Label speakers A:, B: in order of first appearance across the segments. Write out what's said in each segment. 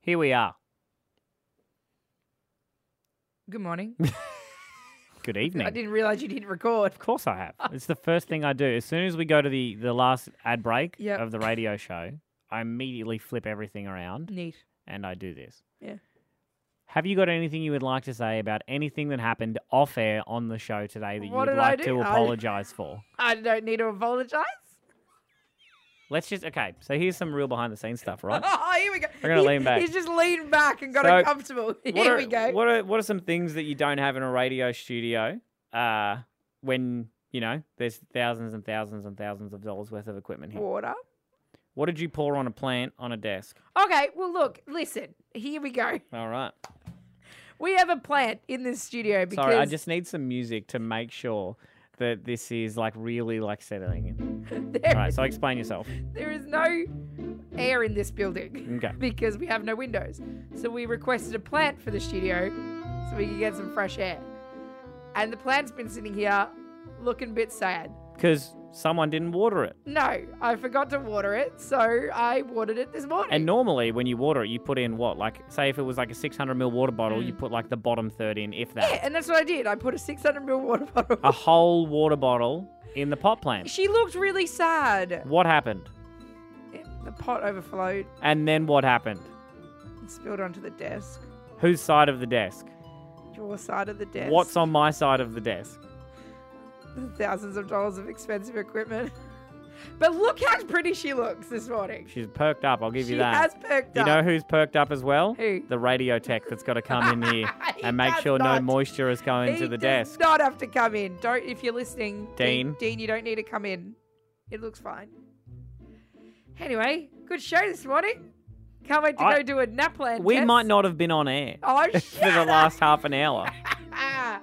A: Here we are.
B: Good morning.
A: Good evening.
B: I didn't realize you didn't record.
A: Of course I have. It's the first thing I do. As soon as we go to the, the last ad break
B: Yep.
A: of the radio show, I immediately flip everything around
B: Neat.
A: and I do this.
B: Yeah.
A: Have you got anything you would like to say about anything that happened off air on the show today that you
B: What
A: would
B: did I
A: like
B: do?
A: to
B: I-
A: apologize for?
B: I don't need to apologize.
A: Let's just okay. So here's some real behind the scenes stuff, right?
B: Oh, here we go.
A: We're gonna
B: He-
A: lean back.
B: He's just leaned back and got
A: So,
B: uncomfortable.
A: what
B: Here
A: are,
B: we go.
A: What are what are some things that you don't have in a radio studio? Uh, when you know there's thousands and thousands and thousands of dollars worth of equipment here.
B: Water.
A: What did you pour on a plant on a desk?
B: Okay, well, look, listen. Here we go.
A: All right.
B: We have a plant in this studio because
A: Sorry, I just need some music to make sure that this is like really like settling in.
B: there,
A: All right, so explain yourself.
B: there is no air in this building
A: Okay.
B: because we have no windows. So we requested a plant for the studio so we could get some fresh air. And the plant's been sitting here looking a bit sad.
A: Because someone didn't water it.
B: No, I forgot to water it, so I watered it this morning.
A: And normally when you water it, you put in what? Like, say if it was like a 600 ml water bottle, you put like the bottom third in, if that.
B: Mm. Yeah, and that's what I did. I put a 600 ml water bottle.
A: A whole water bottle in the pot plant.
B: She looked really sad.
A: What happened?
B: Yeah, The pot overflowed
A: And then what happened?
B: and spilled onto the desk.
A: Whose side of the desk?
B: Your side of the desk.
A: What's on my side of the desk?
B: Thousands of dollars of expensive equipment. But look how pretty she looks this morning.
A: She's perked up, I'll give
B: She
A: you that.
B: has perked
A: You
B: up.
A: know who's perked up as well?
B: Who?
A: The radio tech that's got to come in here
B: He
A: and make
B: does
A: sure
B: not.
A: no moisture is going
B: He
A: to the
B: does
A: desk.
B: Not have to come in. Don't if you're listening,
A: Dean.
B: Dean. Dean, you don't need to come in. It looks fine. Anyway, good show this morning. Can't wait to
A: I-
B: go do a Naplan.
A: We
B: test.
A: might not have been on air
B: Oh,
A: for the last half an hour.
B: Ah,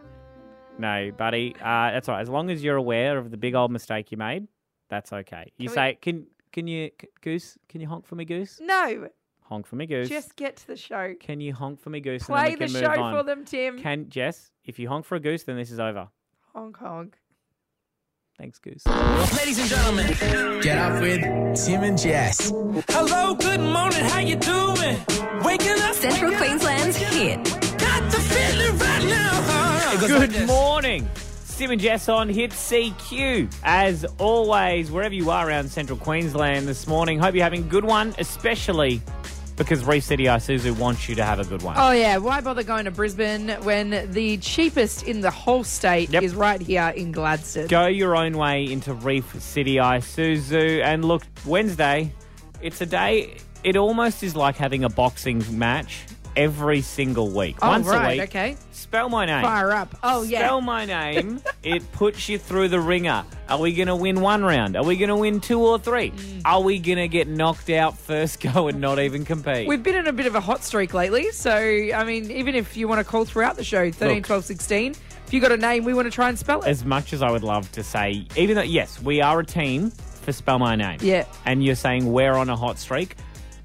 A: No, buddy, uh, that's all right. As long as you're aware of the big old mistake you made, that's okay. You
B: Can we-
A: say, "Can can you c- goose? Can you honk for me, goose?
B: no,
A: Honk for me, goose.
B: just get to the show.
A: can you honk for me, goose?
B: Play
A: and then we
B: the
A: can
B: show
A: move on.
B: for them, Tim.
A: Can Jess? If you honk for a goose, then this is over.
B: Hong Kong.
A: Thanks, goose.
C: Ladies and gentlemen,
D: Get up with Tim and Jess.
C: hello, good morning, how you doing? Waking up,
E: Central
C: waking up,
E: Queensland's hit.
C: got the feeling right now. It goes like
A: Good
C: this.
A: morning. Sim and Jess on Hit CQ. As always, wherever you are around central Queensland this morning, hope you're having a good one, especially because Reef City Isuzu wants you to have a good one.
B: Oh yeah, why bother going to Brisbane when the cheapest in the whole state
A: Yep.
B: is right here in Gladstone?
A: Go your own way into Reef City Isuzu. And look, Wednesday, it's a day, it almost is like having a boxing match every single week.
B: oh
A: Once
B: right,
A: a week.
B: okay.
A: Spell my name.
B: Fire up. Oh yeah.
A: Spell my name. it puts you through the ringer. Are we going to win one round? Are we going to win two or three?
B: Mm.
A: Are we going to get knocked out first go and not even compete?
B: We've been in a bit of a hot streak lately, so I mean, even if you want to call throughout the show, 13,
A: Look.
B: 12, 16, if you got a name, we want to try and spell it.
A: as much as I would love to say, even though, yes, we are a team for Spell My Name.
B: Yeah.
A: And you're saying we're on a hot streak.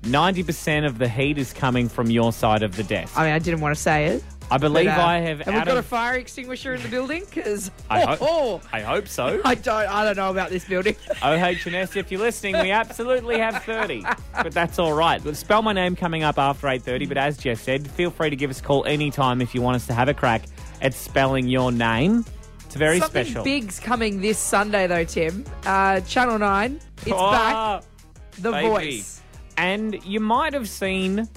A: 90% of the heat is coming from your side of the desk.
B: I
A: I,
B: mean, I didn't want to say it.
A: believe
B: but, uh,
A: I have.
B: And
A: out
B: we've got a
A: of-
B: fire extinguisher in the building because
A: I
B: oh,
A: hope-
B: oh,
A: I hope so.
B: I don't, I don't know about this building.
A: OHS, if you're listening, we absolutely have 30. But that's all right. Let's Spell my name coming up after 8.30. But as Jess said, feel free to give us a call anytime if you want us to have a crack at spelling your name. It's very
B: Something
A: special.
B: big's coming this Sunday though, Tim. Uh, Channel Nine, it's back.
A: Ah,
B: The
A: baby.
B: Voice.
A: And you might have seen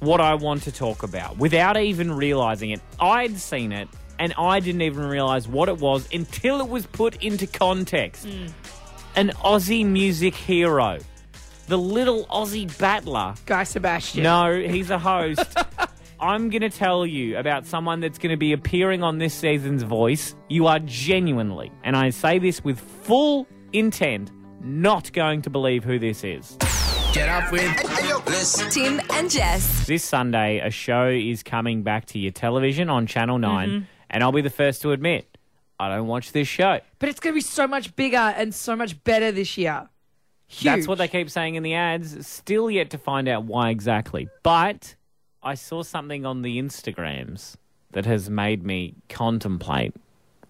A: what I want to talk about without even realizing it. I'd seen it and I didn't even realize what it was until it was put into context.
B: Hmm.
A: An Aussie music hero. The little Aussie battler
B: Guy Sebastian.
A: No, he's a host. I'm going to tell you about someone that's going to be appearing on this season's voice. You are genuinely, and I say this with full intent, not going to believe who this is.
D: Get up with.
E: Tim and Jess.
A: This Sunday, a show is coming back to your television on Channel 9, and I'll be the first to admit, I don't watch this show.
B: But it's going to be so much bigger and so much better this year. Huge.
A: That's what they keep saying in the ads. Still yet to find out why exactly. But I saw something on the Instagrams that has made me contemplate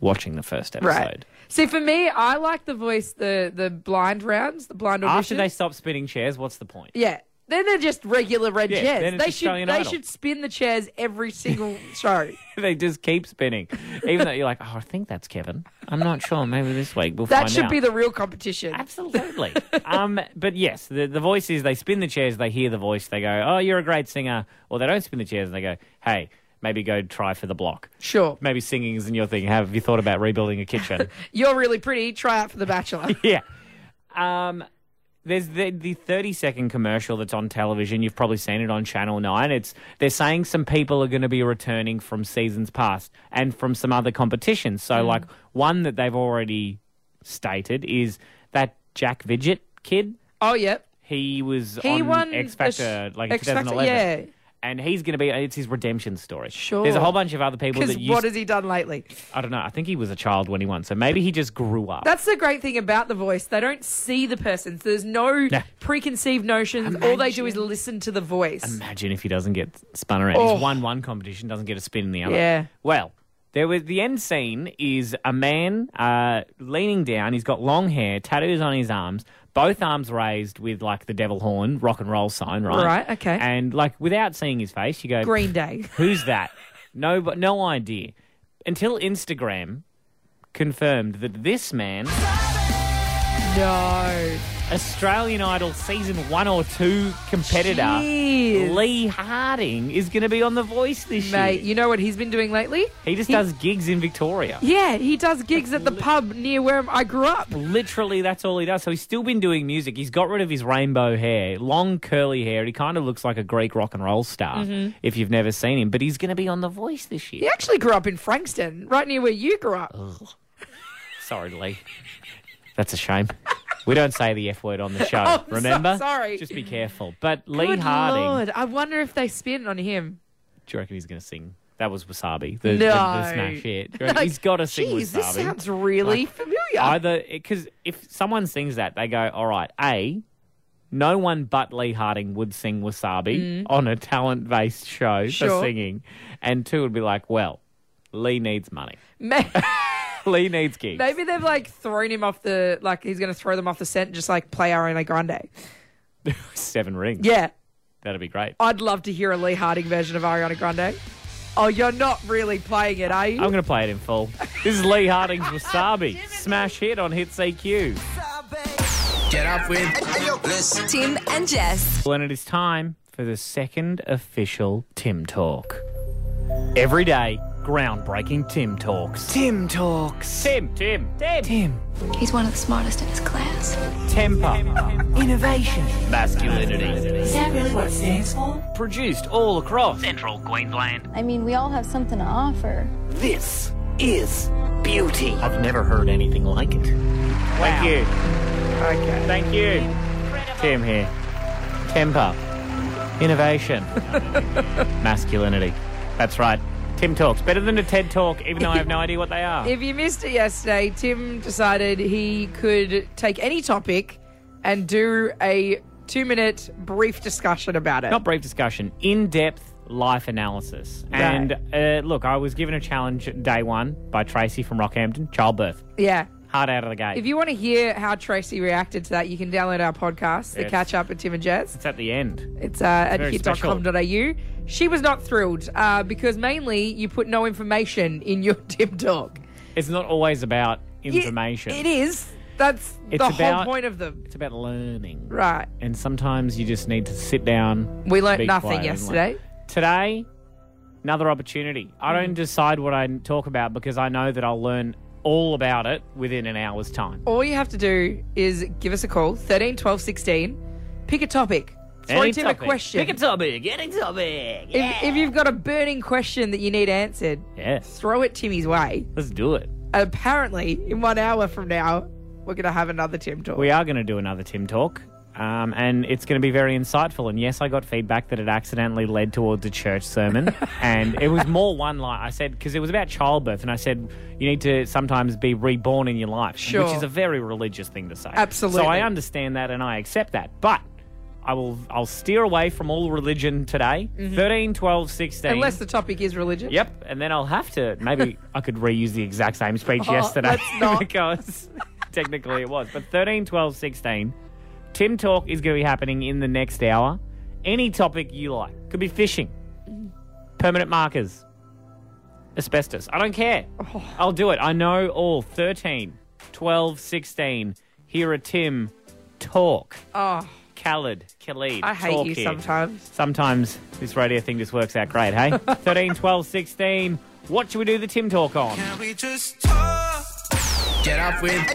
A: watching the first episode.
B: Right. See, for me, I like the voice, the the blind rounds, the blind auditions.
A: After they stop spinning chairs, what's the point?
B: Yeah, Then they're just regular red
A: Yeah, then
B: chairs.
A: it's
B: They should
A: Australian
B: they
A: Idol.
B: should spin the chairs every single show.
A: they just keep spinning, even though you're like, oh, I think that's Kevin. I'm not sure. Maybe this week we'll
B: That
A: find
B: should
A: out.
B: be the real competition.
A: Absolutely. um, but yes, the, the voice is they spin the chairs, they hear the voice, they go, oh, you're a great singer. Or they don't spin the chairs and they go, hey, maybe go try for the block.
B: Sure.
A: Maybe singing isn't your thing. Have you thought about rebuilding a kitchen?
B: You're really pretty. Try out for The Bachelor.
A: yeah. Um, there's the, the 30 second commercial that's on television. You've probably seen it on Channel 9. It's They're saying some people are going to be returning from seasons past and from some other competitions.
B: Mm.
A: So, like, one that they've already stated is that Jack Vidget kid.
B: Oh, yeah.
A: He was
B: He
A: on
B: won
A: X
B: the sh-
A: Factor like in
B: X Factor,
A: 2011.
B: yeah.
A: And he's going to be, it's his redemption story.
B: Sure.
A: There's a whole bunch of other people
B: Because
A: that
B: what
A: used,
B: has he done lately?
A: I don't know, I think he was a child when he won. So maybe he just grew up.
B: That's the great thing about The Voice. They don't see the person. So there's no preconceived notions. All they do is listen to the voice.
A: Imagine if he doesn't get spun around.
B: Oh.
A: He's won one competition, doesn't get a spin in the other.
B: Yeah.
A: Well, there was the end scene is a man uh, leaning down. He's got long hair, tattoos on his arms, both arms raised with like the devil horn, rock and roll sign, right?
B: Right, okay.
A: And like without seeing his face, you go
B: Green Day.
A: Who's that? No, but no idea. Until Instagram confirmed that this man,
B: No.
A: Australian Idol season one or two competitor
B: Jeez.
A: Lee Harding, is going to be on The Voice this
B: Mate,
A: year.
B: you know what he's been doing lately?
A: He just does gigs in Victoria.
B: Yeah, he does gigs at the pub near where I grew up.
A: Literally, that's all he does. So he's still been doing music. He's got rid of his rainbow hair, long curly hair. He kind of looks like a Greek rock and roll star if you've never seen him. But he's going to be on The Voice this year.
B: He actually grew up in Frankston, right near where you grew up.
A: Sorry, Lee. That's a shame. We don't say the F word on the show,
B: Oh, I'm so
A: remember?
B: sorry.
A: Just be careful. But Lee
B: Good
A: Harding,
B: lord. I wonder if they spin on him.
A: do you reckon he's going to sing? That was Wasabi, the, the- the,
B: No.
A: smash hit. Do you reckon- he's got to sing
B: Jeez,
A: Wasabi.
B: this sounds really familiar.
A: Either, because if someone sings that, they go, all right, A, no one but Lee Harding would sing Wasabi on a talent based show
B: Mm. Sure.
A: for singing. And two would be like, well, Lee needs money.
B: May-
A: Lee needs gigs.
B: Maybe they've like thrown him off the like he's gonna throw them off the set and just like play Ariana Grande.
A: Seven rings.
B: Yeah,
A: That'd be great.
B: I'd love to hear a Lee Harding version of Ariana Grande. Oh, you're not really playing it, are you?
A: I'm going to play it in full. This is Lee Harding's Wasabi. Smash hit on Hits E EQ.
D: Get up with.
E: This. Tim and Jess.
A: Well, and it is time for the second official Tim Talk. Every day, groundbreaking Tim Talks.
D: Tim Talks.
A: Tim, Tim, Tim.
D: Tim.
F: He's one of the smartest in his class.
A: Temper,
D: Innovation.
A: masculinity.
F: Is that really what
A: Produced all across central Queensland.
G: I mean, we all have something to offer.
D: This is beauty.
A: I've never heard anything like it. Thank you. Okay. Thank you. Tim here. Temper. Innovation. Masculinity. That's right. Tim Talks. Better than a TED Talk, even though I have no idea what they are.
B: If you missed it yesterday, Tim decided he could take any topic and do a two minute brief discussion about it.
A: Not brief discussion, in depth life analysis.
B: Right.
A: And uh, look, I was given a challenge day one by Tracy from Rockhampton childbirth.
B: Yeah.
A: Hard out of the gate.
B: If you want to hear how Tracy reacted to that, you can download our podcast, The
A: Yes.
B: Catch Up with Tim and Jess.
A: it's at the end.
B: It's uh, at
A: Very
B: hit.com.au. She was not thrilled uh, because mainly you put no information in your Tim Talk.
A: It's not always about information,
B: It- it is. That's
A: It's
B: the whole
A: about-
B: point of them.
A: it's about learning.
B: Right.
A: And sometimes you just need to sit down.
B: We learnt
A: be
B: nothing
A: quiet and
B: yesterday.
A: learn. Today, another opportunity. I
B: Mm-hmm.
A: don't decide what I talk about because I know that I'll learn all about it within an hour's time.
B: All you have to do is give us a call, 13 12 16, pick a topic. Throw
A: Any
B: Tim
A: topic.
B: a question.
A: Pick a topic. Any topic.
B: if, if you've got a burning question that you need answered,
A: Yes.
B: throw it Timmy's way.
A: Let's do it.
B: Apparently, in one hour from now, we're going to have another Tim Talk.
A: We are going to do another Tim Talk. Um, and it's going to be very insightful. And yes, I got feedback that it accidentally led towards a church sermon. and it was more one line. I said, because it was about childbirth. And I said, you need to sometimes be reborn in your life,
B: Sure.
A: which is a very religious thing to say.
B: Absolutely.
A: So I understand that and I accept that. But I will, I'll steer away from all religion today. Thirteen, twelve, sixteen. 13, 12, 16.
B: Mm-hmm. Unless the topic is religion.
A: Yep, and then I'll have to. Maybe I could reuse the exact same speech
B: Oh,
A: yesterday
B: let's not.
A: because technically it was. But 13, 12, 16, Tim Talk is going to be happening in the next hour. Any topic you like. Could be fishing, permanent markers, asbestos. I don't care.
B: Oh.
A: I'll do it. I know all 13, 12, 16. Here are Tim talk.
B: Oh,
A: Khaled, Khalid.
B: I hate
A: talk
B: you
A: here.
B: sometimes.
A: Sometimes this radio thing just works out great, hey? 13, 12, 16. What should we do the Tim talk on?
C: We just talk. Get off with.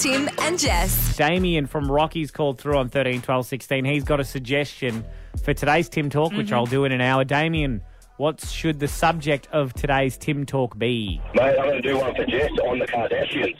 E: Tim and Jess.
A: Damien from Rockies called through on 13, 12, 16. He's got a suggestion for today's Tim Talk,
B: Mm-hmm.
A: which I'll do in an hour. Damien, what should the subject of today's Tim Talk be?
H: Mate, I'm going to do one for Jess on the Kardashians.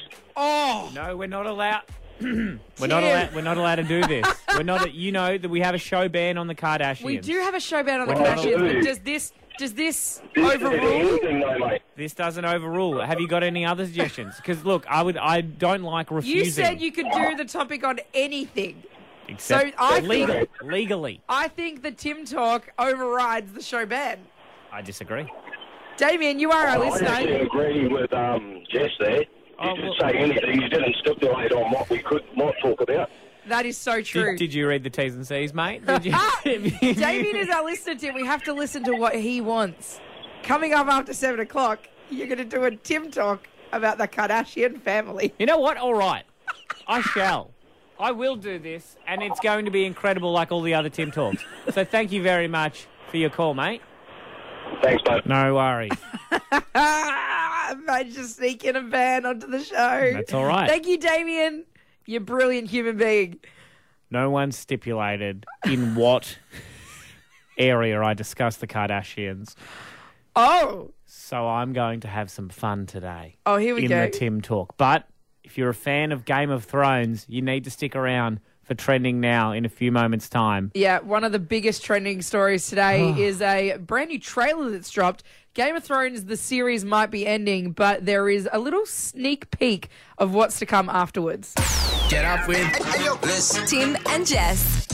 A: No, we're not allowed. we're not allowed. We're not allowed to do this. we're not. You know that we have a show ban on the Kardashians.
B: We do have a show ban on the
A: We're not
B: Kardashians,
H: allowed.
B: but does this does this
H: This is
B: overrule?
H: anything, though, mate.
A: This doesn't overrule. Have you got any other suggestions? Because look, I would. I don't like refusing.
B: You said you could do the topic on anything.
A: Except
B: so I think-
A: legal, legally.
B: I think the Tim Talk overrides the show ban.
A: I disagree.
B: Damien, you are our
H: I actually
B: listener.
H: agree with um, Jess there. You
A: Oh,
H: didn't
A: well-
H: say anything. You didn't stipulate on what we could not talk about.
B: That is so true. Ah,
A: Did, did you read the T's and C's, mate? Did you?
B: Damien is our listener, Tim. We have to listen to what he wants. Coming up after seven o'clock, you're going to do a Tim Talk about the Kardashian family.
A: You know what? All right. I shall. I will do this, and it's going to be incredible like all the other Tim Talks. So thank you very much for your call, mate.
H: Thanks, mate.
A: No worries.
B: Ah, I just sneak in a ban onto the show.
A: That's all right.
B: Thank you, Damien. You're a brilliant human being.
A: No one stipulated in what area I discuss the Kardashians.
B: Oh,
A: So I'm going to have some fun today
B: oh, here we
A: in
B: go.
A: the Tim Talk. But if you're a fan of Game of Thrones, you need to stick around for trending now in a few moments' time.
B: Yeah, one of the biggest trending stories
A: Ah.
B: today is a brand new trailer that's dropped. Game of Thrones, the series might be ending, but there is a little sneak peek of what's to come afterwards.
C: Get off with.
E: Tim and Jess.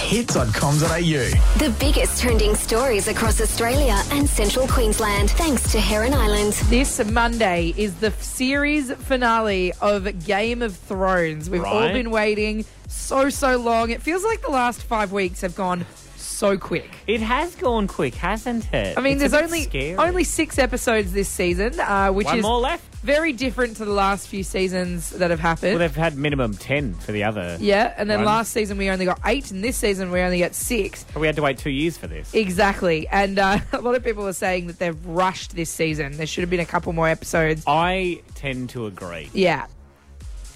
I: Hits.com.au.
F: The biggest trending stories across Australia and central Queensland, thanks to Heron Island.
B: This Monday is the f- series finale of Game of Thrones. We've all
A: Right.
B: been waiting so, so long. It feels like the last five weeks have gone so quick.
A: It has gone quick, hasn't it?
B: I mean,
A: It's a
B: there's
A: bit
B: only
A: scary.
B: only six episodes this season, uh, which
A: one
B: is
A: more left.
B: very different to the last few seasons that have happened.
A: Well, they've had minimum 10 for the other.
B: Yeah, and then
A: One.
B: last season we only got eight, and this season we only got six.
A: But we had to wait two years for this.
B: Exactly. And uh, a lot of people are saying that they've rushed this season. There should have been a couple more episodes.
A: I tend to agree.
B: Yeah.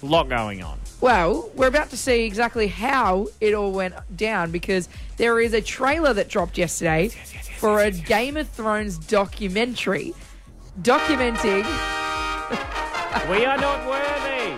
A: A lot going on.
B: Well, we're about to see exactly how it all went down because there is a trailer that dropped yesterday for a Game of Thrones documentary documenting.
A: we are not worthy.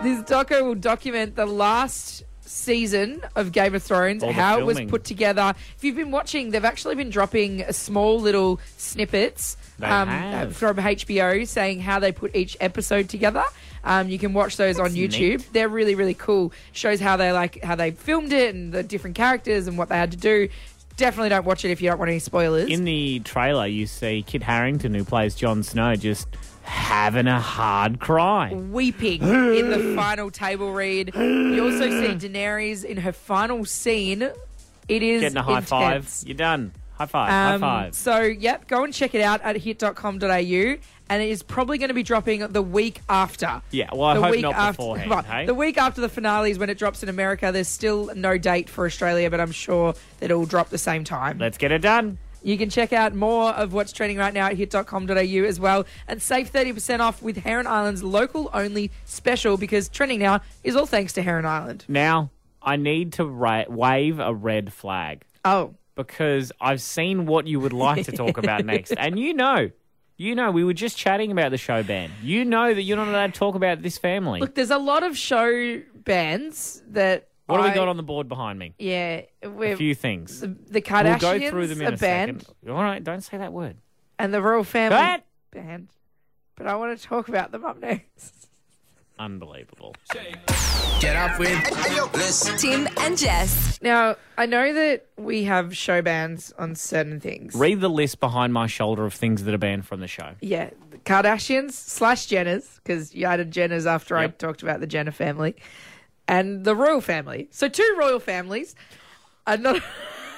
B: This doco will document the last season of Game of Thrones,
A: All the
B: how it was
A: filming.
B: put together. If you've been watching, they've actually been dropping uh, small little snippets um,
A: They have.
B: from HBO saying how they put each episode together. Um, you can watch those on
A: That's
B: YouTube.
A: neat.
B: They're really really cool. Shows how they like how they filmed it and the different characters and what they had to do. Definitely don't watch it if you don't want any spoilers.
A: In the trailer, you see Kit Harrington, who plays Jon Snow, just having a hard cry.
B: weeping in the final table read. You also see Daenerys in her final scene. It is
A: Getting a high
B: intense.
A: five. You're done. High five.
B: Um,
A: high five.
B: So, yep, go and check it out at hit.com.au. And it is probably going to be dropping the week after.
A: Yeah, well, I
B: the
A: hope
B: week
A: not
B: after,
A: beforehand,
B: Right,
A: hey?
B: The week after the finale is when it drops in America. There's still no date for Australia, but I'm sure that it'll drop the same time.
A: Let's get it done.
B: You can check out more of what's trending right now at hit.com.au as well and save 30% off with Heron Island's local only special because trending now is all thanks to Heron Island.
A: Now, I need to ra- wave a red flag
B: Oh,
A: because I've seen what you would like to talk about next. And you know, you know, we were just chatting about the show ban. You know that you're not allowed to talk about this family.
B: look, there's a lot of show bands that.
A: what do we
B: I-
A: got on the board behind me?
B: Yeah,
A: A
B: we're,
A: few things.
B: the, the
A: We'll
B: Kardashians
A: go through them in
B: are
A: a
B: banned
A: second. All right, don't say that word.
B: and the royal family
A: What?
B: banned. But I want to talk about them up next.
A: Unbelievable.
C: Get off with.
E: Tim and Jess.
B: Now, I know that we have show bans on certain things.
A: Read the list behind my shoulder of things that are banned from the show.
B: yeah, Kardashians slash Jenners, because you added Jenners after I
A: Yep.
B: talked about the Jenner family, and the royal family. So two royal families are not,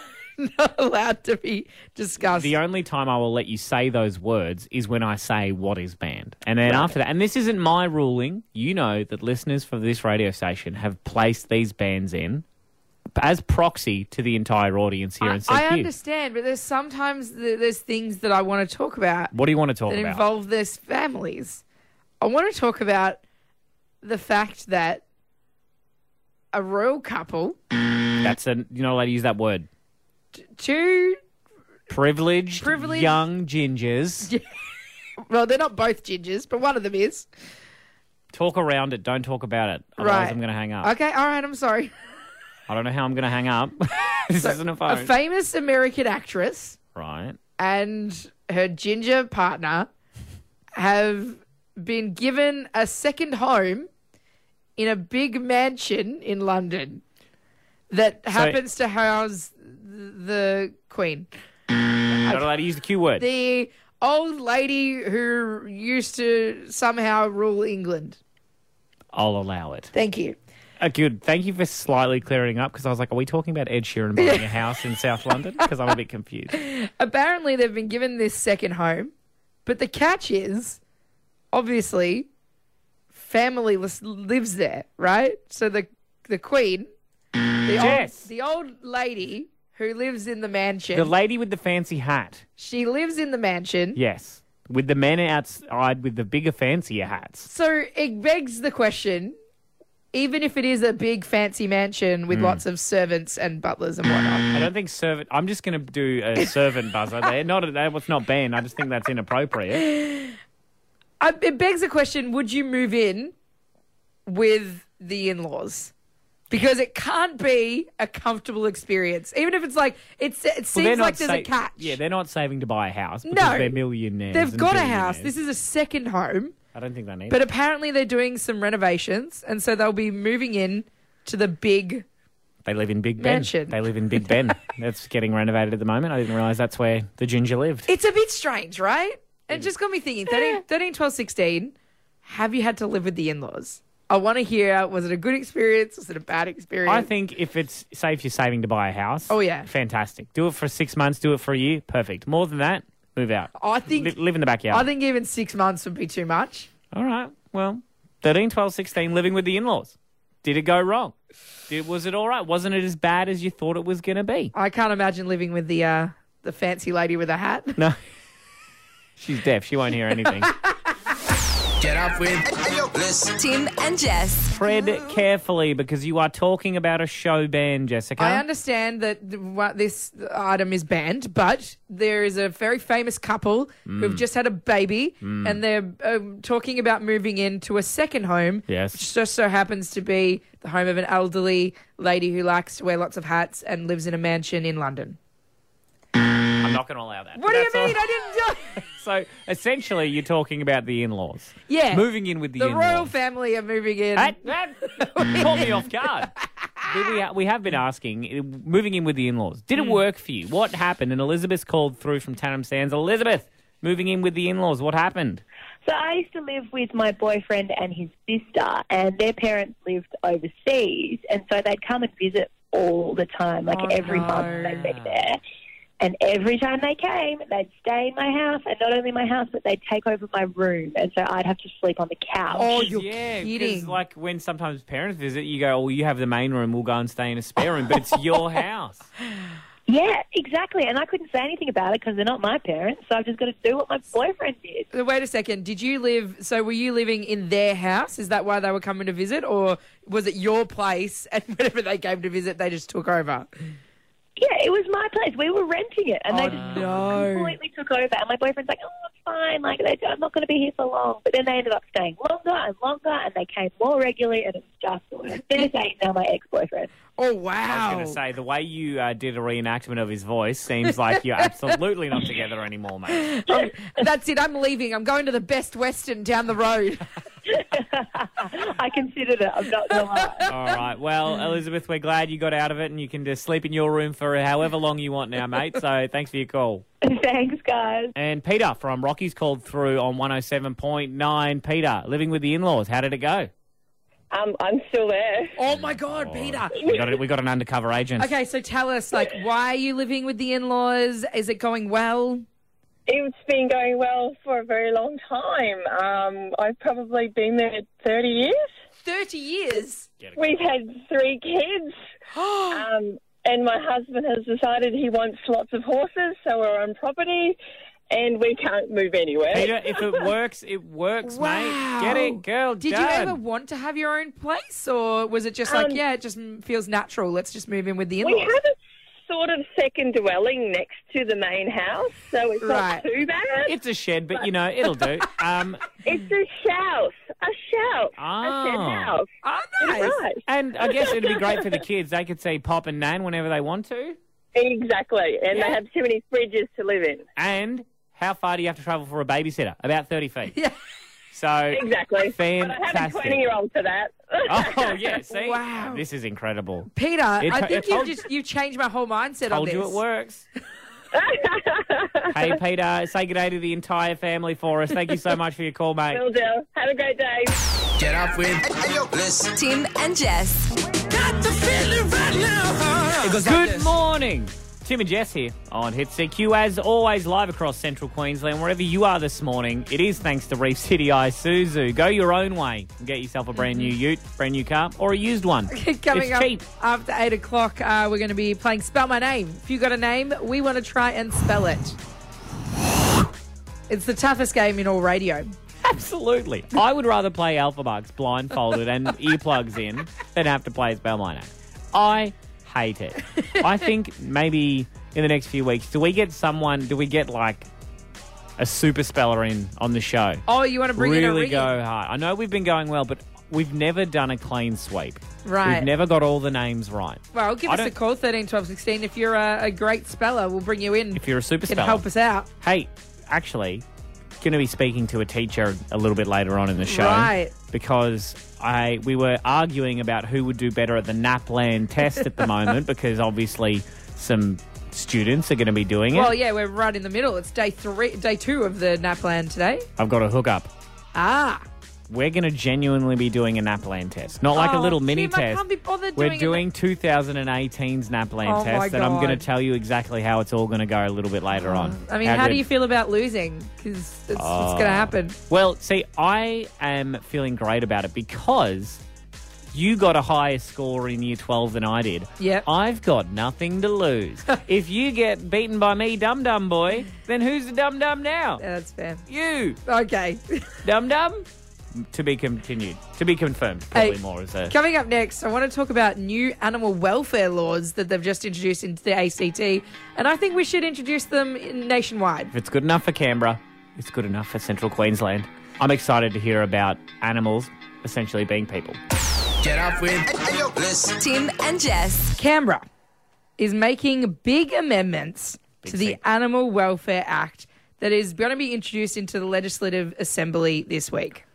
B: not allowed to be discussed.
A: The only time I will let you say those words is when I say what is banned. And then after that, and this isn't my ruling, you know that listeners from this radio station have placed these bans in as proxy to the entire audience here
B: I,
A: and said,
B: I
A: "Here,
B: understand, but there's sometimes th- there's things that I want to talk about
A: What do you want to talk
B: that
A: about?
B: involve their families. I want to talk about the fact that a royal couple,
A: That's a, you're not allowed to use that word.
B: two,
A: Privileged,
B: Privileged-
A: young gingers.
B: well, they're not both gingers, but one of them is.
A: Talk around it. Don't talk about it. Otherwise,
B: Right.
A: I'm going to hang up.
B: Okay, all right, I'm sorry.
A: I don't know how I'm going to hang up. this isn't a
B: A
A: phone.
B: famous American actress
A: right.
B: and her ginger partner have been given a second home in a big mansion in London that happens to house th- the Queen.
A: Not allowed to use the Q word.
B: The old lady who used to somehow rule England.
A: I'll allow it.
B: Thank you.
A: Uh, good. Thank you for slightly clearing up because I was like, are we talking about Ed Sheeran buying a house in South London? Because I'm a bit confused.
B: apparently they've been given this second home, but the catch is, obviously, family lis- lives there, right? So the the queen, the
A: Yes.
B: old, the old lady who lives in the mansion,
A: The lady with the fancy hat.
B: she lives in the mansion.
A: Yes. With the men outside with the bigger, fancier hats.
B: So it begs the question. Even if it is a big fancy mansion
A: Hmm.
B: with lots of servants and butlers and whatnot,
A: I don't think servant. I'm just going to do a servant buzzer there. Not that was not banned. I just think that's inappropriate.
B: I, it begs the question: Would you move in with the in-laws? Because it can't be a comfortable experience, even if it's like it's, it
A: Well,
B: seems
A: they're
B: like
A: not
B: there's a
A: sa-
B: catch.
A: Yeah, they're not saving to buy a house because
B: No.
A: they're millionaires.
B: They've
A: and
B: got a house.
A: billionaires.
B: This is a second home,
A: I don't think they need.
B: but
A: it.
B: apparently they're doing some renovations, and so they'll be moving in to the big.
A: They live in Big Ben.
B: Mansion.
A: They live in Big Ben. that's getting renovated at the moment. I didn't realize that's where the ginger lived.
B: It's a bit strange, right? And it just got me thinking: 13, 13, 12, 16, Have you had to live with the in-laws? I want to hear: Was it a good experience? Was it a bad experience?
A: I think if it's say if you're saving to buy a house,
B: Oh, yeah.
A: fantastic. Do it for six months. Do it for a year. Perfect. More than that, move out.
B: I think-
A: Li- live in the backyard.
B: I think even six months would be too much.
A: All right. Well, 13, 12, 16, living with the in-laws. Did it go wrong? Did, was it all right? Wasn't it as bad as you thought it was going to be?
B: I can't imagine living with the uh, the fancy lady with a hat.
A: No. She's deaf. She won't hear anything.
D: Get up with this.
E: Tim and Jess.
A: Tread carefully because you are talking about a show ban, Jessica.
B: I understand that th- wha- this item is banned, but there is a very famous couple
A: Mm.
B: who've just had a baby and they're um, talking about moving into a second home.
A: Yes.
B: Which just so happens to be the home of an elderly lady who likes to wear lots of hats and lives in a mansion in London.
A: I'm not going to allow that.
B: What do you
A: That's all
B: mean?
A: right.
B: I didn't do
A: So essentially, you're talking about the in-laws.
B: Yeah.
A: Moving in with the,
B: The
A: in-laws.
B: royal family are moving in.
A: That, that caught me off guard. But we, ha- we have been asking, uh, moving in with the in laws. Did it
B: Hmm.
A: work for you? What happened? And Elizabeth's called through from Tanham Sands. Elizabeth, moving in with the in laws. What happened?
I: So I used to live with my boyfriend and his sister, and their parents lived overseas, and so they'd come and visit all the time. Like
B: Oh,
I: every
B: no.
I: month they'd be there, and every time they came, they'd stay in my house, and not only my house, but they'd take over my room, and so I'd have to sleep on the couch.
B: Oh, you're
A: yeah, 'cause
B: kidding.
A: like when sometimes parents visit, you go, oh, you have the main room, we'll go and stay in a spare room, but it's your house.
I: Yeah, exactly. And I couldn't say anything about it because they're not my parents, so I've just got to do what my boyfriend did.
B: Uh, Wait a second. Did you live? So were you living in their house? Is that why they were coming to visit, or was it your place? And whenever they came to visit, they just took over.
I: Yeah, it was my place. We were renting it, and they just
B: Oh, No.
I: completely took over. And my boyfriend's like, oh, it's fine. Like, they, I'm not going to be here for long. But then they ended up staying longer and longer, and they came more regularly, and it's just the worst. They're saying now my ex boyfriend.
B: Oh
A: I was
B: wow.
A: going to say, the way you uh, did a reenactment of his voice seems like you're absolutely not together anymore, mate.
B: That's it. I'm leaving. I'm going to the Best Western down the road.
I: I considered it. I'm not gonna lie.
A: All right. Well, Elizabeth, we're glad you got out of it and you can just sleep in your room for however long you want now, mate. So thanks for your call.
I: Thanks, guys.
A: And Peter from Rockies called through on 107.9. Peter, living with the in laws, how did it go?
J: Um, I'm still there.
B: Oh my God, Peter.
A: We got, we got an undercover agent.
B: Okay, so tell us, like, why are you living with the in laws? Is it going well?
J: It's been going well for a very long time. Um, I've probably been there 30 years.
B: 30 years.
J: We've had three kids. um, and my husband has decided he wants lots of horses, so we're on property and we can't move anywhere.
A: Peter, if it works, it works, mate. Get
B: Wow.
A: it, girl.
B: Did
A: done.
B: you ever want to have your own place, or was it just like,
J: Um,
B: yeah, it just m- feels natural? Let's just move in with the in
J: We
B: laws?
J: have a sort of second dwelling next to the main house, so it's
B: Right.
J: not too bad.
A: It's a shed, but you know, it'll do. Um,
J: It's a shelf, a shelf, a shed
A: Ah.
J: house.
B: Oh, nice.
J: Right.
A: and I guess it'd be great for the kids. They could see Pop and Nan whenever they want to.
J: Exactly. And they have too many fridges to live in.
A: And how far do you have to travel for a babysitter? About 30 feet.
B: Yeah.
A: So
J: Exactly. But I have a
A: Fantastic.
J: 20 year old for that.
A: Oh yeah, see,
B: Wow.
A: this is incredible.
B: Peter,
A: It
B: I
A: to-
B: think
A: it
B: you
A: told-
B: just you changed my whole mindset on
A: Told
B: this.
A: you it works. hey Peter, say good day to the entire family for us. Thank you so much for your call, mate.
J: Will do. Have a great day.
D: Get up with Bliss.
E: Tim and Jess.
C: Got the feeling right now.
D: It goes like
A: Good
D: this.
A: morning. Tim and Jess here on Hit CQ. As always, live across central Queensland, wherever you are this morning, it is thanks to Reef City Isuzu. Go your own way and get yourself a brand new ute, brand new car, or a used one.
B: Mm-hmm. Coming
A: it's
B: up
A: cheap.
B: after eight o'clock, uh, we're going to be playing Spell My Name. If you got a name, we want to try and spell it. It's the toughest game in all radio.
A: Absolutely. I would rather play Alpha Bucks blindfolded and earplugs in than have to play as Belmino. I hate it. I think maybe in the next few weeks, do we get someone, do we get like a super speller in on the show?
B: Oh, you want to bring in a
A: really
B: ring?
A: go hard. I know we've been going well, but we've never done a clean sweep.
B: Right.
A: We've never got all the names right.
B: Well, give
A: I
B: us a
A: don't-
B: call, 13, 12, 16. If you're a, a great speller, we'll bring you in.
A: If you're a super
B: can
A: speller.
B: help us out.
A: Hey, actually, going to be speaking to a teacher a little bit later on in the show.
B: Right.
A: Because I we were arguing about who would do better at the NAPLAN test at the moment because obviously some students are going to be doing it.
B: Well, yeah, we're right in the middle. It's day three, day two of the NAPLAN today.
A: I've got a hookup.
B: Ah,
A: We're going to genuinely be doing a NAPLAN test. Not like a
B: Oh,
A: little mini
B: Tim, I
A: test.
B: can't be bothered
A: We're doing
B: doing
A: 2018's NAPLAN
B: Oh, my
A: test and I'm
B: God.
A: going to tell you exactly how it's all going to go a little bit later on.
B: I mean, how, do
A: good-
B: you feel about losing? Because it's what's
A: Ah.
B: going to happen.
A: Well, see, I am feeling great about it because you got a higher score in year 12 than I did.
B: Yep.
A: I've got nothing to lose. if you get beaten by me, dum dum boy, then who's the dum dum now?
B: Yeah, that's fair.
A: You,
B: Okay.
A: dum dum? To be continued. To be confirmed, probably
B: Hey,
A: more as a.
B: Coming up next, I want to talk about new animal welfare laws that they've just introduced into the ACT, and I think we should introduce them in- nationwide.
A: if it's good enough for Canberra, it's good enough for central Queensland. I'm excited to hear about animals essentially being people.
D: Get up with
E: Bliss. Tim and Jess.
B: Canberra is making big amendments to the
A: thing.
B: Animal Welfare Act that is going to be introduced into the Legislative Assembly this week.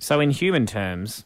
A: So, in human terms,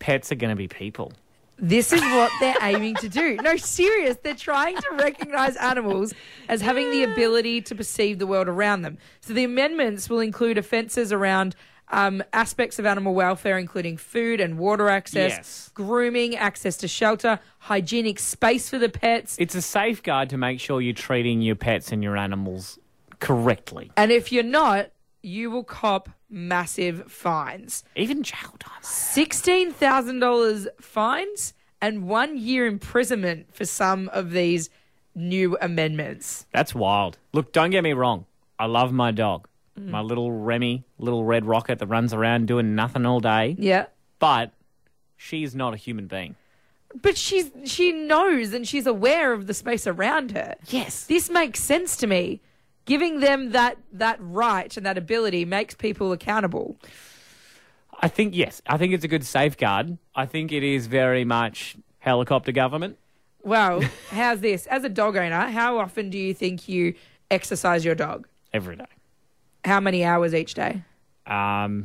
A: pets are going to be people.
B: This is what they're aiming to do. No, serious. They're trying to recognize animals as having the ability to perceive the world around them. So the amendments will include offences around um, aspects of animal welfare, including food and water access,
A: Yes.
B: grooming, access to shelter, hygienic space for the pets.
A: It's a safeguard to make sure you're treating your pets and your animals correctly.
B: And if you're not, you will cop massive fines.
A: Even jail time. eh?
B: $16,000 fines and one year imprisonment for some of these new amendments.
A: That's wild. Look, don't get me wrong. I love my dog.
B: Mm.
A: My little Remy, little red rocket that runs around doing nothing all day.
B: Yeah.
A: But she's not a human being.
B: But she's she knows and she's aware of the space around her.
A: Yes.
B: This makes sense to me. Giving them that that right and that ability makes people accountable.
A: I think, yes, I think it's a good safeguard. I think it is very much helicopter government.
B: Well, how's this? As a dog owner, how often do you think you exercise your dog?
A: Every day.
B: How many hours each day?
A: Um,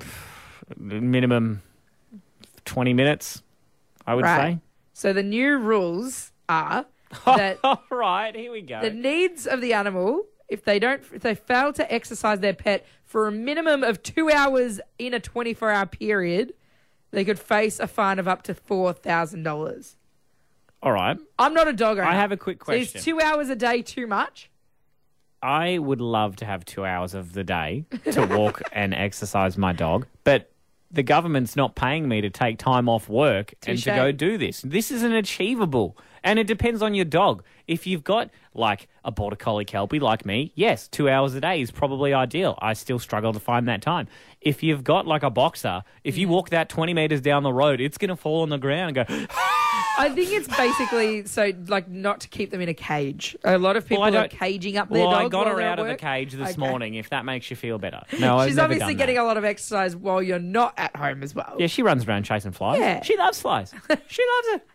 A: minimum 20 minutes, I would
B: Right. So the new rules are
A: say.
B: that
A: All right, here we go.
B: the needs of the animal, if they don't, if they fail to exercise their pet for a minimum of two hours in a 24 hour period, they could face a fine of up to $4,000.
A: All right.
B: I'm not a dog owner.
A: I have a quick
B: So is
A: question.
B: two hours a day too much?
A: I would love to have two hours of the day to walk and exercise my dog, but the government's not paying me to take time off work and to
B: Touche.
A: go do this. This isn't achievable. And it depends on your dog. If you've got like a border collie kelpie like me, yes, two hours a day is probably ideal. I still struggle to find that time. If you've got like a boxer, if you walk that 20 meters down the road, it's going to fall on the ground and go, "Oh,
B: I think it's basically so like not to keep them in a cage. A lot of people
A: I
B: are
A: don't-
B: caging up their
A: Well,
B: dog.
A: I got
B: while
A: her
B: they're
A: out
B: at
A: of the
B: work.
A: cage this
B: Okay.
A: morning, if that makes you feel better. No, I've
B: She's
A: never
B: obviously
A: done
B: getting
A: that.
B: a lot of exercise while you're not at home as well.
A: Yeah, she runs around chasing flies.
B: Yeah.
A: She loves flies. she loves it.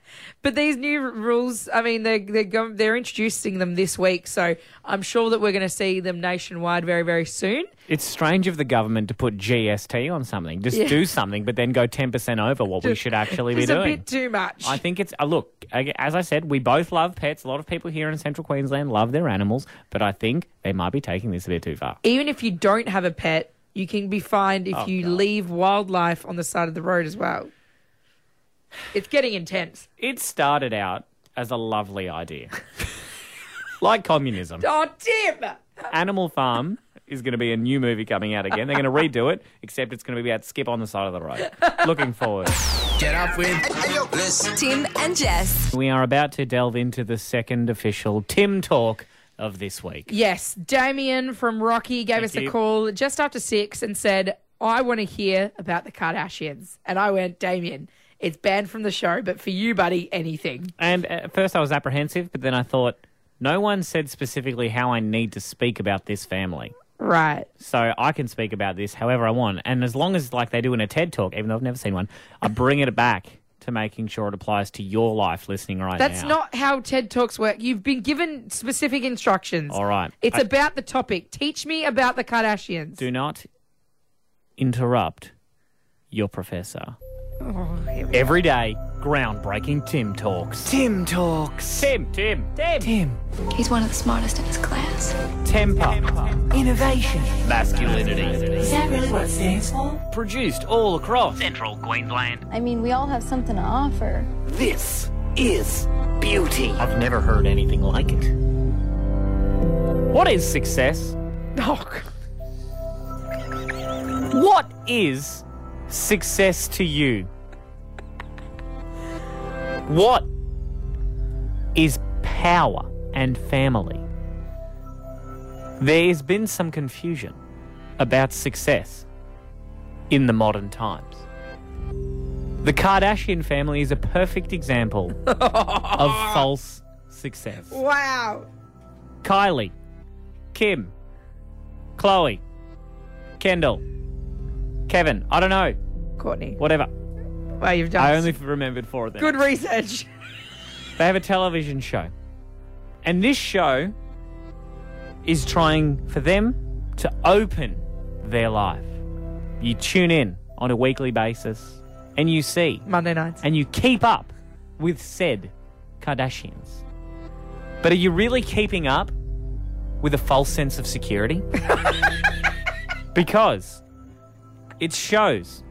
B: But these new r- rules, I mean, they're they're, go- they're introducing them this week, so I'm sure that we're going to see them nationwide very very soon.
A: It's strange of the government to put GST on something. Just
B: Yeah.
A: do something, but then go 10% over what we should actually be
B: It's a
A: doing.
B: bit too much.
A: I think it's, uh, look, I- as I said, we both love pets. A lot of people here in central Queensland love their animals, but I think they might be taking this a bit too far.
B: Even if you don't have a pet, you can be fined if
A: Oh,
B: you
A: God.
B: leave wildlife on the side of the road as well. It's getting intense.
A: It started out as a lovely idea. like communism.
B: Oh, Tim!
A: Animal Farm is going to be a new movie coming out again. They're going to redo it, except it's going to be about Skip on the side of the road. Looking forward.
D: Get off with this.
E: Tim and Jess.
A: We are about to delve into the second official Tim talk of this week.
B: Yes, Damien from Rocky gave us a
A: you.
B: call just after six and said, I want to hear about the Kardashians. And I went, Damien, it's banned from the show, but for you, buddy, anything.
A: And at first I was apprehensive, but then I thought, no one said specifically how I need to speak about this family.
B: Right.
A: So I can speak about this however I want. And as long as like they do in a TED talk, even though I've never seen one, I bring it back to making sure it applies to your life listening right now.
B: That's not how TED Talks work. You've been given specific instructions.
A: All right.
B: It's
A: I-
B: about the topic. Teach me about the Kardashians.
A: Do not interrupt your professor. Every day, groundbreaking Tim talks. Tim talks. Tim, Tim, Tim. Tim.
G: He's one of the smartest in his class.
A: Temper. Innovation. Masculinity. Is that really what it stands for? Produced all across central Queensland.
G: I mean, we all have something to offer.
C: This is beauty.
A: I've never heard anything like it. What is success?
B: Oh,
A: What is success to you? What is power and family? There's been some confusion about success in the modern times. The Kardashian family is a perfect example of false success.
B: wow.
A: Kylie, Kim, Chloe, Kendall, Kevin. I don't know.
B: Courtney.
A: Whatever.
B: Wow, you've done
A: I
B: s-
A: only remembered four of them.
B: good research.
A: They have a television show. And this show is trying for them to open their life. You tune in on a weekly basis and you see
B: Monday nights.
A: and you keep up with said Kardashians. But are you really keeping up with a false sense of security? because it shows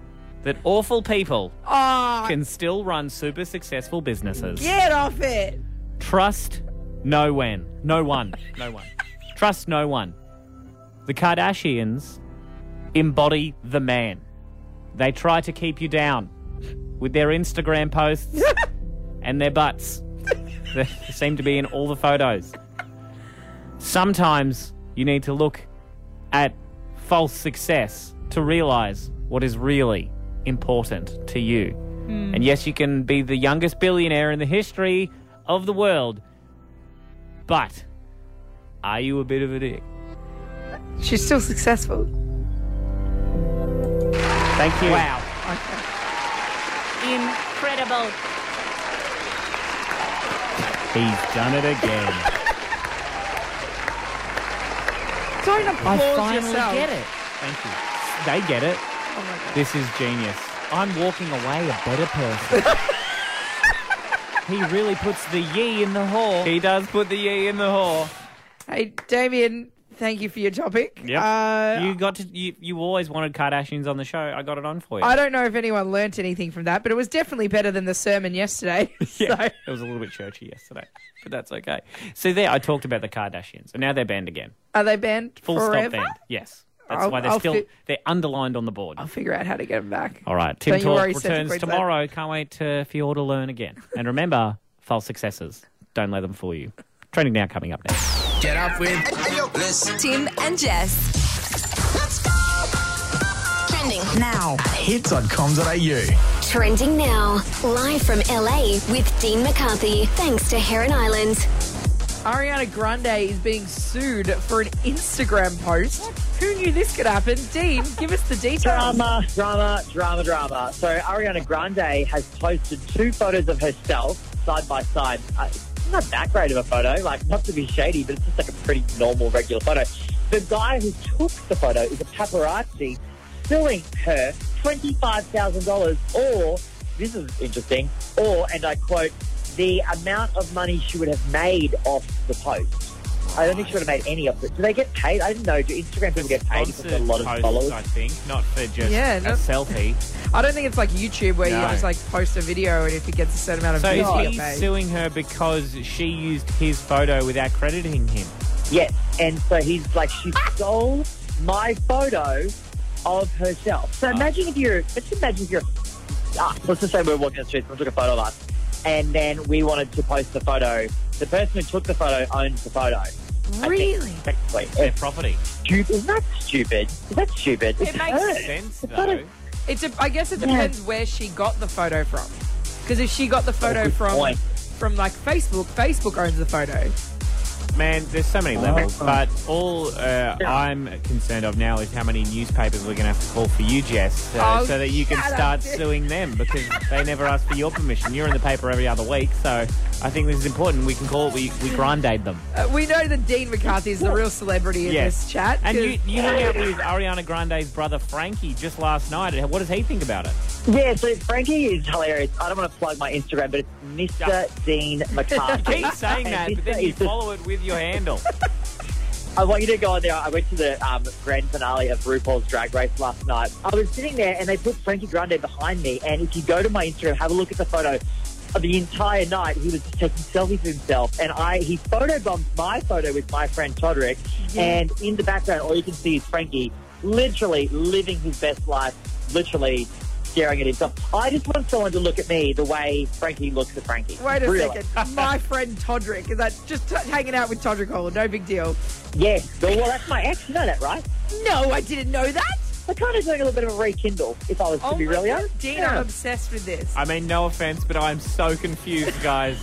A: that awful people
B: Oh,
A: can still run super successful businesses.
B: get off it.
A: Trust no when. No one. No one. Trust no one. The Kardashians embody the man. They try to keep you down with their Instagram posts and their butts. They seem to be in all the photos. Sometimes you need to look at false success to realize what is really important to you. And yes, you can be the youngest billionaire in the history of the world, but are you a bit of a dick?
B: She's still successful.
A: Thank you. Wow. Incredible. He's done it again.
B: Don't
A: I
B: applaud
A: finally
B: yourself.
A: get it. Thank you. They get it. This is genius. I'm walking away a better person. he really puts the ye in the whore. He does put the ye in the whore.
B: Hey, Damien, thank you for your topic.
A: Yep.
B: Uh,
A: you got to. You, you always wanted Kardashians on the show. I got it on for you.
B: I don't know if anyone learnt anything from that, but it was definitely better than the sermon yesterday.
A: yeah,
B: So,
A: it was a little bit churchy yesterday, but that's okay. So there, I talked about the Kardashians, and now they're banned again.
B: are they banned
A: Full
B: forever?
A: stop banned. Yes, that's
B: I'll-
A: why they're
B: I'll
A: still
B: fi-
A: they're underlined on the board.
B: I'll figure out how to get them back.
A: All right, Tim
B: Don't you
A: Talk
B: worry, Central
A: returns
B: Queensland.
A: tomorrow. Can't wait uh, for you all to learn again. And remember, false successes. Don't let them fool you. Training now coming up next.
D: Get up with Elvis.
E: Tim and Jess.
F: Trending.
D: Now. Hits.com.au.
F: Trending now. Live from LA with Dean McCarthy. Thanks to Heron Island.
B: Ariana Grande is being sued for an Instagram post. Who knew this could happen? Dean, give us the details.
K: Drama, drama, drama, drama. So Ariana Grande has posted two photos of herself side by side. Uh, it's not that great of a photo, like not to be shady, but it's just like a pretty normal, regular photo. The guy who took the photo is a paparazzi suing her twenty-five thousand dollars, or this is interesting, or and I quote, the amount of money she would have made off the post. I don't think she would have made any of it. Do they get paid? I didn't know. Do Instagram people get paid for a lot of followers?
A: I think, not for just
B: Yeah,
A: a
B: not-
A: selfie.
B: I don't think it's like YouTube where you
A: No.
B: just like post a video and if it gets a certain amount of
A: So
B: views, you
A: is
B: get
A: he
B: paid.
A: suing her because she used his photo without crediting him?
K: Yes, and so he's like, she stole my photo of herself.
A: Ah.
K: So imagine if you're, let's just imagine if you're, ah, let's just say we're walking the streets and we took a photo of us, and then we wanted to post the photo. The person who took the photo owns the photo. I think,
B: Really?
K: technically.
A: Their
K: It's
A: property.
K: stupid. Isn't that stupid? Is that stupid?
A: It
K: It's her.
A: makes sense
K: It's not a-
A: though.
B: It de- I guess it depends where she got the photo from. Because if she got the photo
K: good
B: from
K: point.
B: from like Facebook, Facebook owns the photo.
A: Man, there's so many levels,
B: Oh,
A: but all uh, I'm concerned of now is how many newspapers we're going to have to call for you, Jess, uh,
B: Oh,
A: so that you can
B: shut up,
A: start
B: dude.
A: suing them because they never asked for your permission. You're in the paper every other week, so I think this is important. We can call it, we, we grindade them.
B: Uh, we know that Dean McCarthy is the real celebrity in
A: Yes.
B: this chat.
A: And
B: 'cause-
A: you, you hung out with Ariana Grande's brother Frankie just last night. What does he think about it?
K: Yeah, so Frankie is hilarious. I don't want to plug my Instagram, but it's Mr. Dean McCarthy.
A: Keep saying
K: And
A: that, but then
K: Mr.
A: you
K: is the
A: follow it with your handle.
K: I want you to go on there. I went to the um, grand finale of RuPaul's Drag Race last night. I was sitting there and they put Frankie Grande behind me. And if you go to my Instagram, have a look at the photo of the entire night. He was just taking selfies of himself. And I he photobombed my photo with my friend Todrick. And in the background, all you can see is Frankie literally living his best life, literally staring at himself. I just want someone to look at me the way Frankie looks at Frankie.
B: Wait a
K: Really.
B: second. My friend Todrick is that just t- hanging out with Todrick Hall? No big deal.
K: Yes. Well, that's my ex. You know that, right?
B: No, I didn't know that. Oh
K: I kind of doing a little bit of a rekindle, if I was
L: Oh,
K: to be
B: my
K: really
B: God,
K: honest.
B: Dean,
K: Yeah.
B: I'm obsessed with this.
A: I mean, no offense, but I'm so confused, guys.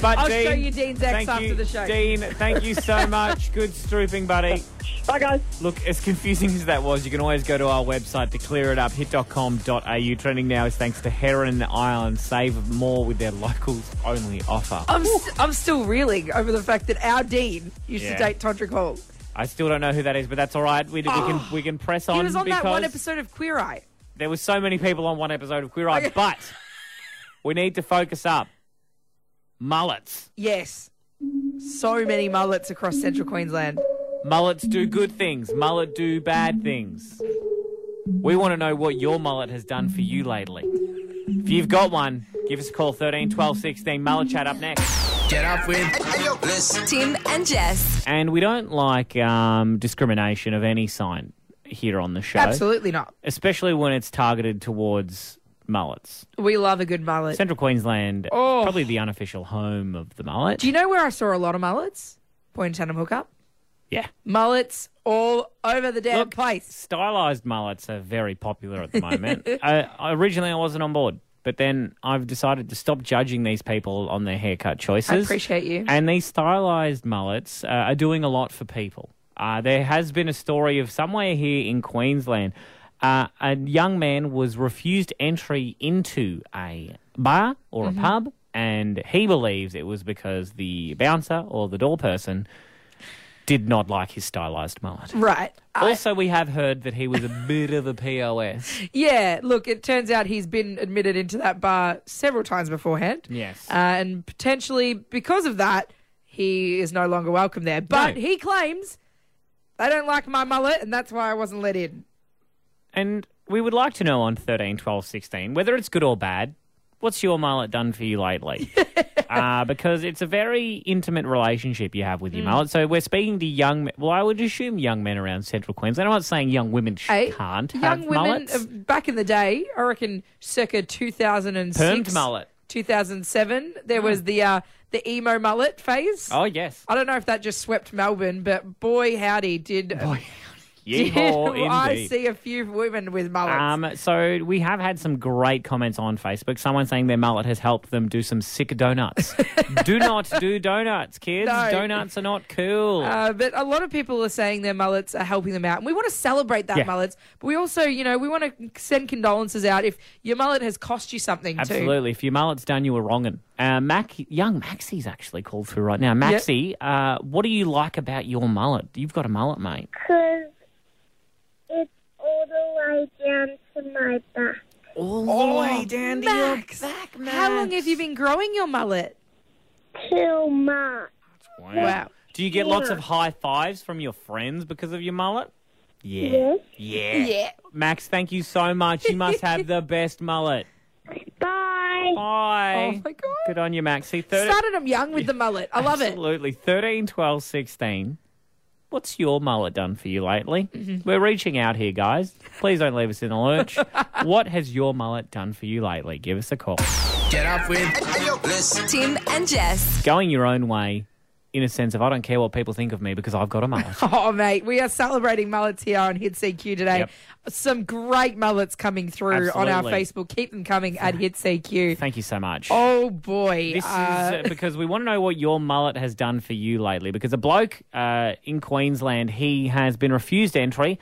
A: but
B: I'll
A: Dean,
B: show you Dean's ex
A: thank
B: after
A: you,
B: the show.
A: Dean, thank you so much. Good strooping, buddy.
K: Bye, guys.
A: Look, as confusing as that was, you can always go to our website to clear it up, hit.com.au. Trending now is thanks to Heron Island. Save more with their locals only offer.
B: I'm s- I'm still reeling over the fact that our Dean used
A: Yeah.
B: to date Todrick Hall.
A: I still don't know who that is, but that's all right. We, we can we can press on.
B: He was on
A: because
B: that one episode of Queer Eye.
A: There was so many people on one episode of Queer Eye,
B: Okay.
A: but we need to focus up. Mullets.
B: Yes. So many mullets across central Queensland.
A: Mullets do good things. Mullet do bad things. We want to know what your mullet has done for you lately. If you've got one, give us a call 13 12 16. Mullet chat up next.
D: Get up with Elvis.
E: Tim and Jess.
A: And we don't like um, discrimination of any sign here on the show,
B: Absolutely not.
A: especially when it's targeted towards mullets.
B: We love a good mullet.
A: Central Queensland,
B: Oh.
A: probably the unofficial home of the mullet.
B: Do you know where I saw a lot of mullets? Pointanum hookup.
A: yeah.
B: Mullets all over the damn
A: Look,
B: place.
A: Stylized mullets are very popular at the moment. I, originally, I wasn't on board, but then I've decided to stop judging these people on their haircut choices.
B: I appreciate you.
A: And these stylized mullets uh, are doing a lot for people. Uh, there has been a story of somewhere here in Queensland, uh, a young man was refused entry into a bar or
B: Mm-hmm.
A: a pub, and he believes it was because the bouncer or the door person did not like his stylized mullet.
B: Right.
A: Also, we have heard that he was a bit of a POS.
B: Yeah, look, it turns out he's been admitted into that bar several times beforehand.
A: Yes.
B: Uh, and potentially because of that, he is no longer welcome there. But
A: No.
B: he claims they don't like my mullet and that's why I wasn't let in.
A: And we would like to know on 13, 12, 16, whether it's good or bad, what's your mullet done for you lately? uh, because it's a very intimate relationship you have with your
B: Mm.
A: mullet. So we're speaking to young men. Well, I would assume young men around central Queensland. I'm not saying young women sh-
B: Hey,
A: can't have
B: Young women
A: mullets.
B: of back in the day, I reckon circa 2006.
A: Permed mullet. Ah.
B: 2007, there was the uh, the emo mullet phase.
A: Oh, yes.
B: I don't know if that just swept Melbourne, but boy howdy did, did
A: Yeehaw,
B: I
A: oh, indeed.
B: see a few women with mullets.
A: Um, so we have had some great comments on Facebook. Someone saying their mullet has helped them do some sick donuts. do not do donuts, kids.
B: No.
A: Donuts are not cool.
B: Uh, but a lot of people are saying their mullets are helping them out. And we want to celebrate that
A: Yeah.
B: mullets. But we also, you know, we want to send condolences out if your mullet has cost you something too.
A: Absolutely. If your mullet's done, you were wronging. Uh, Mac, young Maxie's actually called through right now. Maxie, uh, what do you like about your mullet? You've got a mullet, mate.
L: Because it's all the way down to my back.
A: All,
B: Oh, Max, How long have you been growing your mullet?
L: Till March.
A: Wow. Do you get lots of high fives from your friends because of your mullet? Yeah.
L: Yes.
A: Yeah.
L: Yeah.
A: Max, thank you so much. You must have the best mullet.
L: Bye.
A: Bye.
B: Oh my god.
A: Good on you, Maxie. Thirty-
B: Started them young with the mullet. I love it.
A: Absolutely. 13, 12, 16. What's your mullet done for you lately?
B: Mm-hmm.
A: We're reaching out here, guys. Please don't leave us in the lurch. what has your mullet done for you lately? Give us a call.
E: Get up with Tim and Jess.
A: Going your own way in a sense of I don't care what people think of me because I've got a mullet.
B: Oh mate, we are celebrating mullets here on Hit CQ today.
A: Yep.
B: Some great mullets coming through on our
A: Absolutely.
B: Facebook. Keep them coming at Hit CQ.
A: Thank you so much.
B: Oh boy,
A: This
B: Uh,
A: is uh, because we want to know what your mullet has done for you lately. Because a bloke uh, in Queensland, he has been refused entry.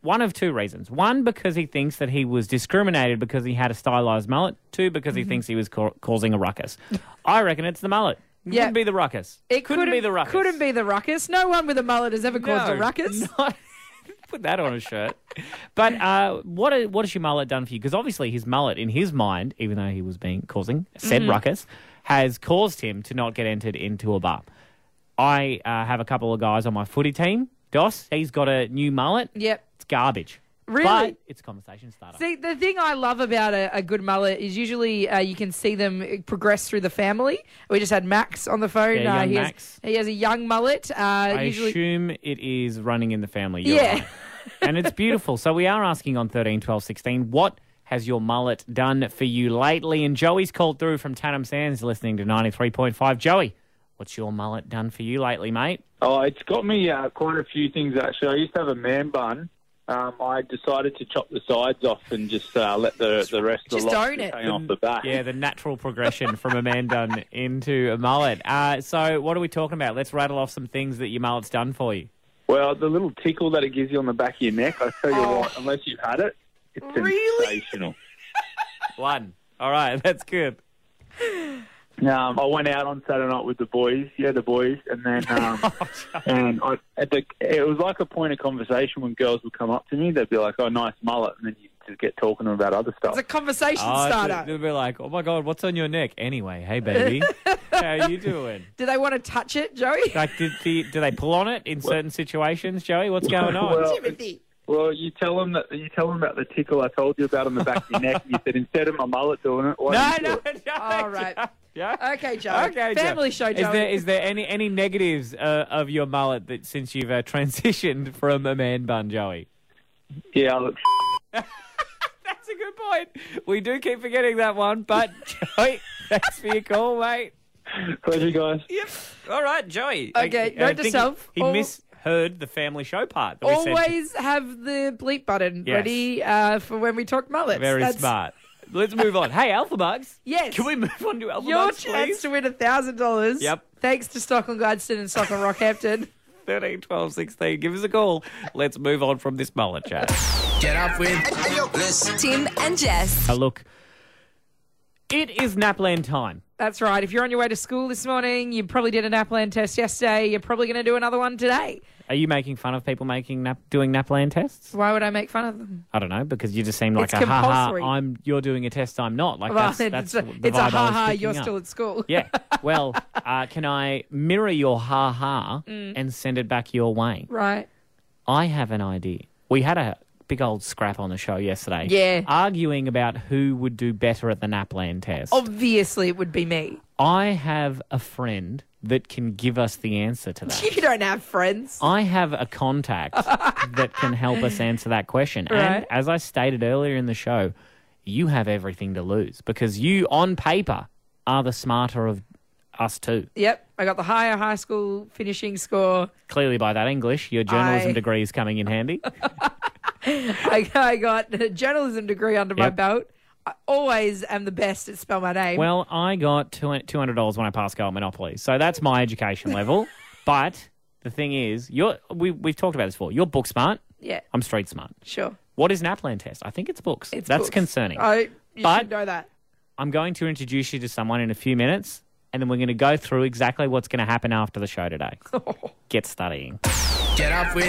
A: One of two reasons. One, because he thinks that he was discriminated because he had a stylized mullet. Two, because he
B: Mhm.
A: thinks he was ca- causing a ruckus. I reckon it's the mullet. It
B: Yeah.
A: Couldn't be the ruckus.
B: It
A: couldn't, be the ruckus.
B: Couldn't be the ruckus. No one with a mullet has ever caused a
A: No,
B: ruckus.
A: Put that on a shirt. But uh, what i- what has your mullet done for you? Because obviously his mullet, in his mind, even though he was being causing said
B: Mm-hmm.
M: Mhm.
A: ruckus, has caused him to not get entered into a bar. I uh, have a couple of guys on my footy team. Dos, he's got a new mullet.
B: Yep.
A: It's garbage.
B: Really?
A: But it's a conversation starter.
B: See, the thing I love about a, a good mullet is usually uh, you can see them progress through the family. We just had Max on the phone.
A: Yeah,
B: uh,
A: young
B: he,
A: Max.
B: Has, he has a young mullet. Uh,
A: I
B: usually,
A: assume it is running in the family. You're
B: yeah.
A: right. and it's beautiful. So we are asking on 13, 12, 16, what has your mullet done for you lately? And Joey's called through from Tanham Sands listening to 93.5. Joey, what's your mullet done for you lately, mate?
N: Oh, it's got me uh, quite a few things actually. I used to have a man bun. Um, I decided to chop the sides off and just uh, let the the rest of the lot hang off the back.
A: Yeah, the natural progression from a man done into a mullet. Uh, so what are we talking about? Let's rattle off some things that your mullet's done for you.
N: Well, the little tickle that it gives you on the back of your neck, I tell you what, unless you've had it, it's sensational.
A: One. All right, that's good.
N: Um, I went out on Saturday night with the boys, yeah, the boys, and then um, and I, at the, it was like a point of conversation when girls would come up to me. They'd be like, "Oh, nice mullet," and then you just get talking to them about other
B: It's
N: stuff.
B: a conversation
A: Oh,
B: starter.
A: They'll be like, oh my God, what's on your neck? Anyway, hey, baby, how you doing?
B: Do they want to touch it, Joey?
A: Like, did the, do they pull on it in certain situations, Joey? What's going on?
N: Well, Well, you tell them that you tell them about the tickle I told you about on the back of your neck. And you said instead of my mullet doing it, why
A: No,
N: don't you do it?"
B: All right.
A: Yeah.
B: Okay, Joey.
A: Okay, Joe.
B: Family show, Joey.
A: Is there is there any any negatives uh, of your mullet that since you've uh, transitioned from a man bun, Joey?
N: Yeah, I look.
A: That's a good point. We do keep forgetting that one, but Joey, thanks for your call, mate.
N: Pleasure, guys.
A: Yep. All right, Joey.
B: Okay,
A: I
B: note to
A: think
B: self,
A: Uh, He, he
B: all-
A: misheard the family show part. That we said.
B: Always have the bleep button
A: Yes.
B: ready uh, for when we talk mullets.
A: very
B: That's-
A: smart. Let's move on. Hey, Alpha Bugs.
B: Yes.
A: Can we move on to Alpha
B: Your
A: Bugs,
B: chance
A: please?
B: to win a thousand dollars.
A: Yep.
B: Thanks to Stockland Gladstone and Stockland Rockhampton.
A: 13, 12, 16. Give us a call. Let's move on from this mullet chat.
E: Get up with Tim and Jess.
A: Uh, look, It is Napland time.
B: That's right. If you're on your way to school this morning, you probably did a NAPLAN test yesterday. You're probably going to do another one today.
A: Are you making fun of people making nap, doing Napland tests?
B: Why would I make fun of them?
A: I don't know because you just seem like
B: It's
A: a ha
B: compulsory.
A: ha. I'm you're doing a test. I'm not. Like
B: Well,
A: that's
B: it's
A: that's
B: a,
A: the
B: it's
A: vibe
B: a
A: I was
B: ha ha.
A: picking
B: You're
A: up.
B: still at school.
A: yeah. Well, uh, can I mirror your ha ha
B: Mm.
A: and send it back your way?
B: Right.
A: I have an idea. We had a big old scrap on the show yesterday.
B: Yeah.
A: Arguing about who would do better at the Napland test.
B: Oh, Obviously, it would be me.
A: I have a friend that can give us the answer to that.
B: You don't have friends.
A: I have a contact that can help us answer that question.
B: Right.
A: And as I stated earlier in the show, you have everything to lose because you, on paper, are the smarter of us two.
B: Yep. I got the higher high school finishing score.
A: Clearly, by that English, your journalism
B: I-
A: degree is coming in handy.
B: I, I got a journalism degree under my
A: Yep.
B: belt. I always am the best at spell my name.
A: Well, I got two hundred dollars when I passed Go at Monopoly, so that's my education level. but the thing is, you're we we've talked about this before. You're book smart.
B: yeah,
A: I'm street smart.
B: sure.
A: What is an Aplan test? I think it's books.
B: It's
A: that's
B: books.
A: concerning.
B: I you
A: But-
B: should know that.
A: I'm going to introduce you to someone in a few minutes, and then we're going to go through exactly what's going to happen after the show today. Get studying.
E: Get up with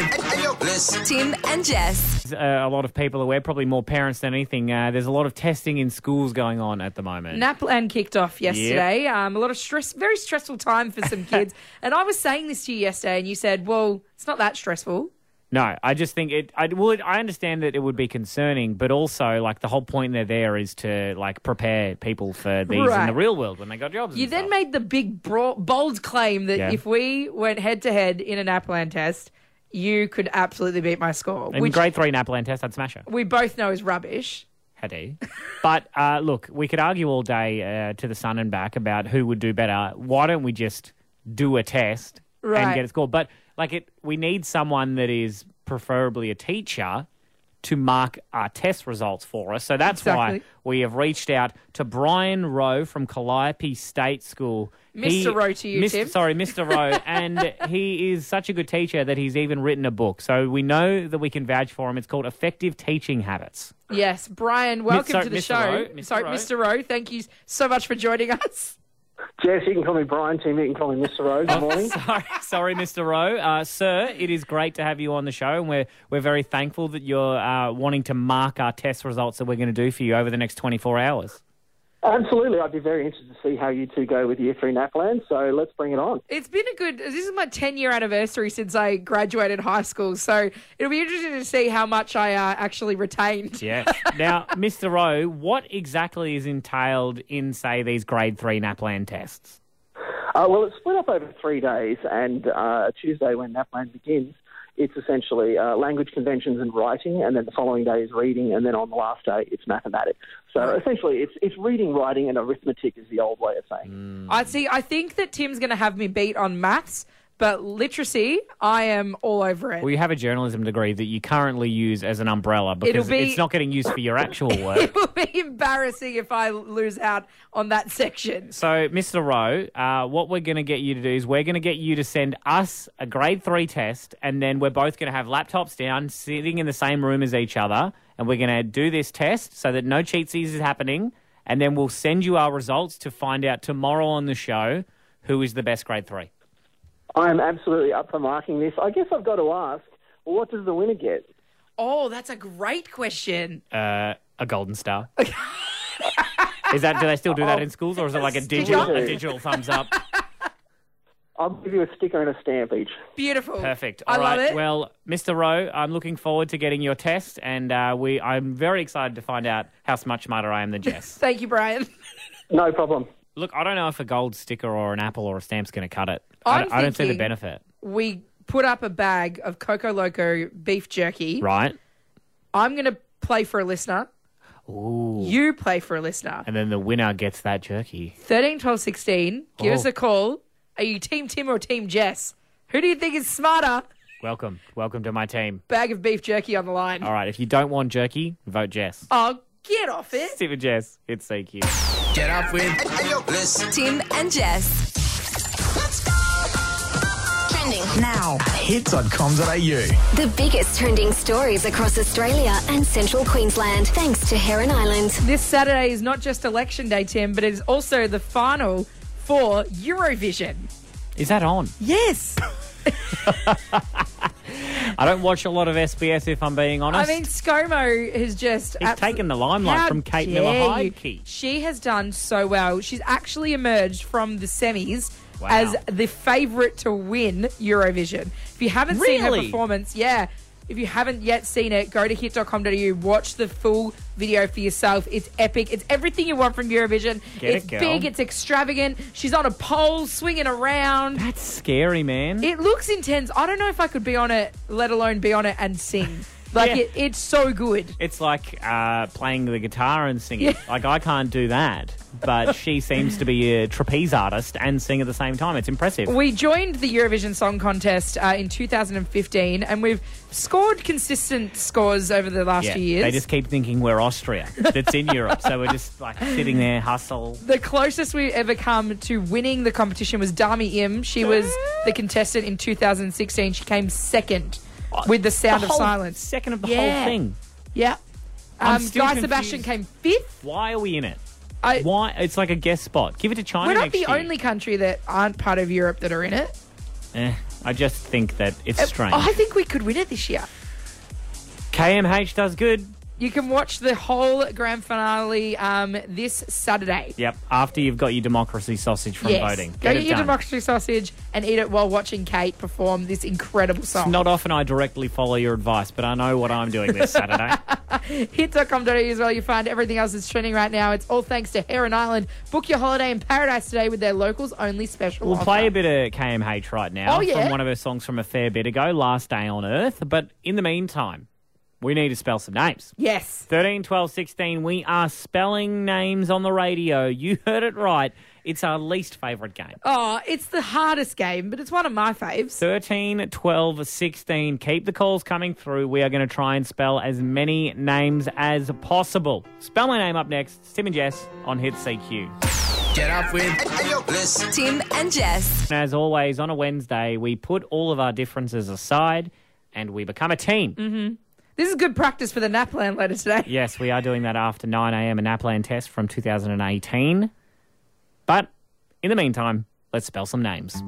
E: Tim and Jess.
A: There's, Uh, a lot of people aware, probably more parents than anything. Uh, there's a lot of testing in schools going on at the moment.
B: Naplan kicked off yesterday. Um, a lot of stress, very stressful time for some kids. and I was saying this to you yesterday, and you said, "Well, it's not that stressful."
A: No, I just think it. I well, it, I understand that it would be concerning, but also like the whole point they're there is to like prepare people for these in the
B: Right.
A: real world when they got jobs.
B: You then made the big bro- bold claim that
A: Yeah.
B: if we went head to head in an Naplan test, you could absolutely beat my score,
A: in
B: which
A: grade three in Appalachian test, I'd smash her.
B: we both know is rubbish.
A: Hadi. but uh, look, we could argue all day uh, to the sun and back about who would do better. Why don't we just do a test and
B: Right.
A: get a score? But like it, we need someone that is preferably a teacher to mark our test results for us. So that's why
B: Exactly.
A: we have reached out to Brian Rowe from Calliope State School.
B: Mr. Rowe to you,
A: Mis-
B: Tim.
A: Sorry, Mr. Rowe. and he is such a good teacher that he's even written a book. So we know that we can vouch for him. It's called Effective Teaching Habits.
B: Yes, Brian, welcome
A: sorry,
B: to the
A: Mr.
B: show.
A: Rowe, Mr.
B: Sorry,
A: Rowe.
B: Mr. Rowe, thank you so much for joining us.
M: Jess, you can call me Brian. Tim, you can call me Mr. Rowe. Good morning.
A: Sorry, sorry, Mr. Rowe. Uh, sir, it is great to have you on the show, and we're, we're very thankful that you're uh, wanting to mark our test results that we're going to do for you over the next 24 hours.
M: Absolutely, I'd be very interested to see how you two go with Year Three Napland. So let's bring it on.
B: It's been a good. This is my ten-year anniversary since I graduated high school, so it'll be interesting to see how much I uh, actually retained.
A: Yes. now, Mr. Rowe, what exactly is entailed in, say, these grade three NAPLAN tests?
M: Uh, well, it's split up over three days, and uh, Tuesday when Napland begins, it's essentially uh, language conventions and writing, and then the following day is reading, and then on the last day it's mathematics. So essentially, it's it's reading, writing, and arithmetic is the old way of saying.
L: Mm.
M: it.
B: I see. I think that Tim's going to have me beat on maths, but literacy, I am all over it.
A: Well, you have a journalism degree that you currently use as an umbrella because
B: It'll be-
A: it's not getting used for your actual work.
B: it will be embarrassing if I lose out on that section.
A: So, Mr. Rowe, uh, what we're going to get you to do is we're going to get you to send us a grade three test, and then we're both going to have laptops down, sitting in the same room as each other, and we're going to do this test so that no cheatsies is happening, and then we'll send you our results to find out tomorrow on the show who is the best grade three.
M: I am absolutely up for marking this. I guess I've got to ask, well, what does the winner get?
B: Oh, that's a great question.
A: Uh, a golden star. is that? Do they still do that in schools, or is it like a digital, a digital thumbs up?
M: I'll give you a sticker and a stamp each.
B: Beautiful.
A: Perfect.
B: I
A: All right.
B: love it.
A: Well, Mr. Rowe, I'm looking forward to getting your test, and uh, we I'm very excited to find out how much smarter I am than Jess.
B: Thank you, Brian.
M: No problem.
A: Look, I don't know if a gold sticker or an apple or a stamp's going to cut it. I,
B: I'm
A: I don't see the
B: thinking-
A: benefit.
B: We put up a bag of Coco Loco beef jerky.
A: Right.
B: I'm going to play for a listener.
A: Ooh.
B: You play for a listener.
A: And then the winner gets that jerky.
B: 13, 12, 16. Give
A: Oh.
B: us a call. Are you Team Tim or Team Jess? Who do you think is smarter?
A: Welcome, welcome to my team.
B: Bag of beef jerky on the line.
A: All right. If you don't want jerky, vote Jess.
B: Oh, get off it.
A: Sit with Jess. It's CQ.
E: Get up with Tim and Jess. Let's go.
F: trending now.
D: Hits.com.au.
F: The biggest trending stories across Australia and central Queensland, thanks to Heron Island.
B: This Saturday is not just election day, Tim, but it is also the final for Eurovision.
A: Is that on?
B: Yes.
A: I don't watch a lot of SBS if I'm being
B: I
A: honest.
B: mean, ScoMo has just.
A: He's
B: abso-
A: taken the limelight
B: How
A: from Kate
B: dare you.
A: Miller-Heidke.
B: She has done so well. She's actually emerged from the semis
A: Wow.
B: as the favourite to win Eurovision. If you haven't seen her
A: Really?
B: performance, yeah. If you haven't yet seen it, go to hit.com.au, watch the full video for yourself. It's epic. It's everything you want from Eurovision.
A: Get it,
B: it's
A: girl.
B: big, it's extravagant. She's on a pole swinging around. That's
A: Scary man.
B: it looks intense. I don't know if I could be on it, let alone be on it and sing. Like
A: Yeah.
B: it, it's so good.
A: It's like uh, playing the guitar and singing. Like I can't do that, but she seems to be a trapeze artist and sing at the same time. It's impressive.
B: We joined the Eurovision Song Contest uh, in 2015, and we've scored consistent scores over the last
A: Yeah,
B: few years.
A: They just keep thinking we're Austria. That's in Europe. So we're just like sitting there, hustle.
B: The closest we've ever come to winning the competition was Dami Im. She was the contestant in 2016. She came second with the Sound
A: the
B: of
A: whole-
B: Silence.
A: Second of the
B: Yeah.
A: whole thing.
B: Yeah.
A: I'm
B: Um, Guy
A: still confused.
B: Sebastian came fifth.
A: Why are we in it?
B: I-
A: Why? It's like a guest spot. Give it to China
B: We're not
A: next
B: the
A: year.
B: only country that aren't part of Europe that are in it.
A: Eh, I just think that it's
B: Uh,
A: strange.
B: I think we could win it this year.
A: KMH does good.
B: You can watch the whole grand finale um, this Saturday.
A: Yep. After you've got your democracy sausage from
B: yes.
A: voting.
B: Go
A: Get
B: get
A: it
B: your
A: done.
B: democracy sausage and eat it while watching Kate perform this incredible
A: It's
B: song.
A: not often I directly follow your advice, but I know what I'm doing this Saturday.
B: Hit.com.au as well. You find everything else that's trending right now. It's all thanks to Heron Island. Book your holiday in paradise today with their locals only special.
A: We'll
B: offer.
A: play a bit of KMH right now
B: Oh, yeah?
A: from one of her songs from a fair bit ago, Last Day on Earth. But in the meantime, we need to spell some names.
B: Yes.
A: 13, 12, 16, we are spelling names on the radio. You heard it right. It's our least favourite game.
B: Oh, it's the hardest game, but it's one of my faves.
A: 13, 12, 16. Keep the calls coming through. We are going to try and spell as many names as possible. Spell my name up next. It's Tim and Jess on Hit CQ.
D: Get up with
E: Tim and Jess.
A: And as always, on a Wednesday, we put all of our differences aside and we become a team.
B: Mm-hmm. This is good practice for the Naplan letter today.
A: Yes, we are doing that after 9 a.m. an Applan test from 2018. But in the meantime, let's spell some names.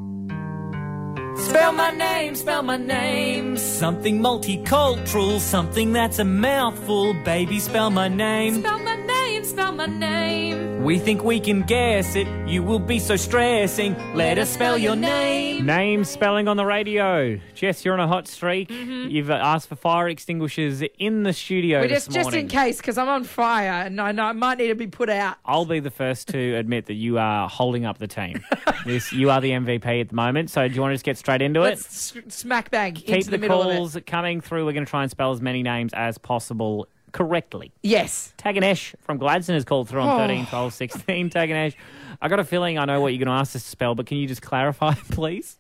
C: Spell my name, spell my name. Something multicultural, something that's a mouthful. Baby, spell my name.
B: Spell my name, spell my name.
C: We think we can guess it. You will be so stressing. Let us spell your name.
A: Name spelling on the radio. Jess, you're on a hot streak.
B: Mm-hmm.
A: You've uh, asked for fire extinguishers in the studio
B: We're
A: this
B: just, just
A: morning.
B: in case, because I'm on fire and I, know I might need to be put out.
A: I'll be the first to admit that you are holding up the team. this, you are the MVP at the moment. So do you want to just get straight into it?
B: Let's s- smack bang
A: Keep
B: into the,
A: the,
B: middle of
A: calls
B: it.
A: coming through. We're going to try and spell as many names as possible correctly.
B: Yes.
A: Taganesh from Gladstone has called through on
B: Oh.
A: 13, 12, 16. Taganesh, I got a feeling I know what you're going to ask us to spell, but can you just clarify, please?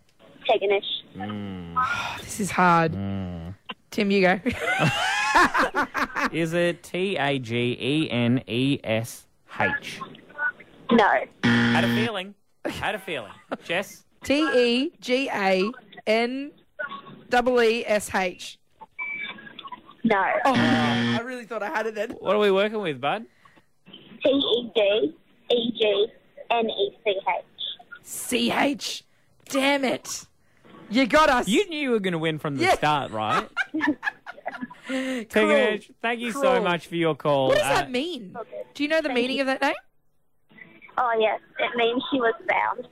L: Taganish.
B: This is hard.
A: Mm.
B: Tim, you go.
A: Is it T A G E N E S H?
L: No.
A: Had a feeling. Had a feeling. Jess?
B: T E G A N double E S H.
L: No.
B: Oh, I really thought I had it then.
A: What are we working with, bud?
L: T E D E G N E C H.
B: C H. Damn it. You got us.
A: You knew you were going to win from the
B: Yeah.
A: start, right?
B: Cruel.
A: Taganesh, thank you so
B: Cruel.
A: much for your call.
B: What does
A: Uh,
B: that mean? Do you know the meaning of that name?
L: Oh, yes. It means she was found.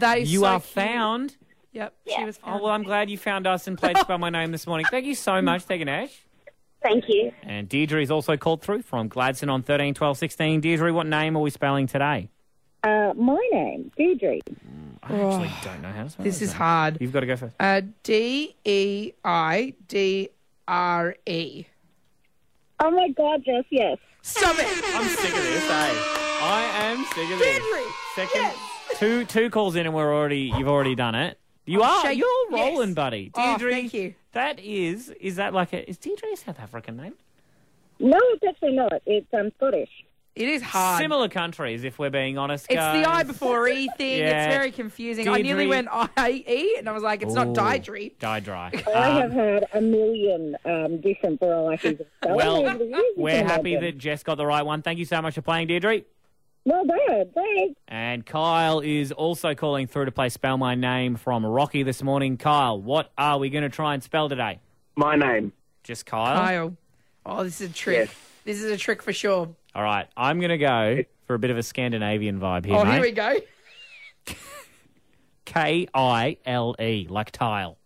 B: That is
A: You
B: so
A: are
B: cute.
A: found.
B: Yep, she was
A: Oh,
B: found.
A: well, I'm glad you found us and played Spell My Name this morning. Thank you so much, Taganesh.
L: Thank you.
A: And Deirdre is also called through from Gladstone on 13, 12, 16. Deirdre, what name are we spelling today?
O: Uh, my name, Deirdre.
A: I actually don't know how to spell
B: Oh. This is
A: name.
B: hard.
A: You've got to go first.
B: Uh, D E I D R E.
O: Oh my God, Jess, yes.
B: Stop it.
A: I'm sick of this, eh? I am sick of this.
B: Deirdre,
A: Second, two two calls in and we're already you've already done it. You
B: I'm
A: are
B: shaking.
A: you're
B: Yes.
A: rolling, buddy.
B: Oh,
A: Deirdre,
B: thank you.
A: that is is that like a is Deirdre a South African name?
O: No, it's actually not. It's um, Scottish.
B: It is hard.
A: Similar countries, if we're being honest.
B: Uh, It's
A: guys.
B: the I before E thing.
A: Yeah.
B: It's very confusing. I nearly
A: Deidre.
B: went I E and I was like, it's
A: Ooh,
B: not dietary.
A: Die dry.
P: I
A: Um,
P: have had a million um, different varieties of spelling
A: well,
P: over the years, you
A: we're
P: can
A: happy
P: imagine.
A: that Jess got the right one. Thank you so much for playing, Deirdre.
P: Well done, thanks.
A: And Kyle is also calling through to play Spell My Name from Rocky this morning. Kyle, what are we going to try and spell today?
N: My name.
A: Just Kyle?
B: Kyle. Oh, this is a trick. This is a trick for sure.
A: All right, I'm going to go for a bit of a Scandinavian vibe here,
B: oh,
A: mate.
B: here we go.
A: K I L E, like tile.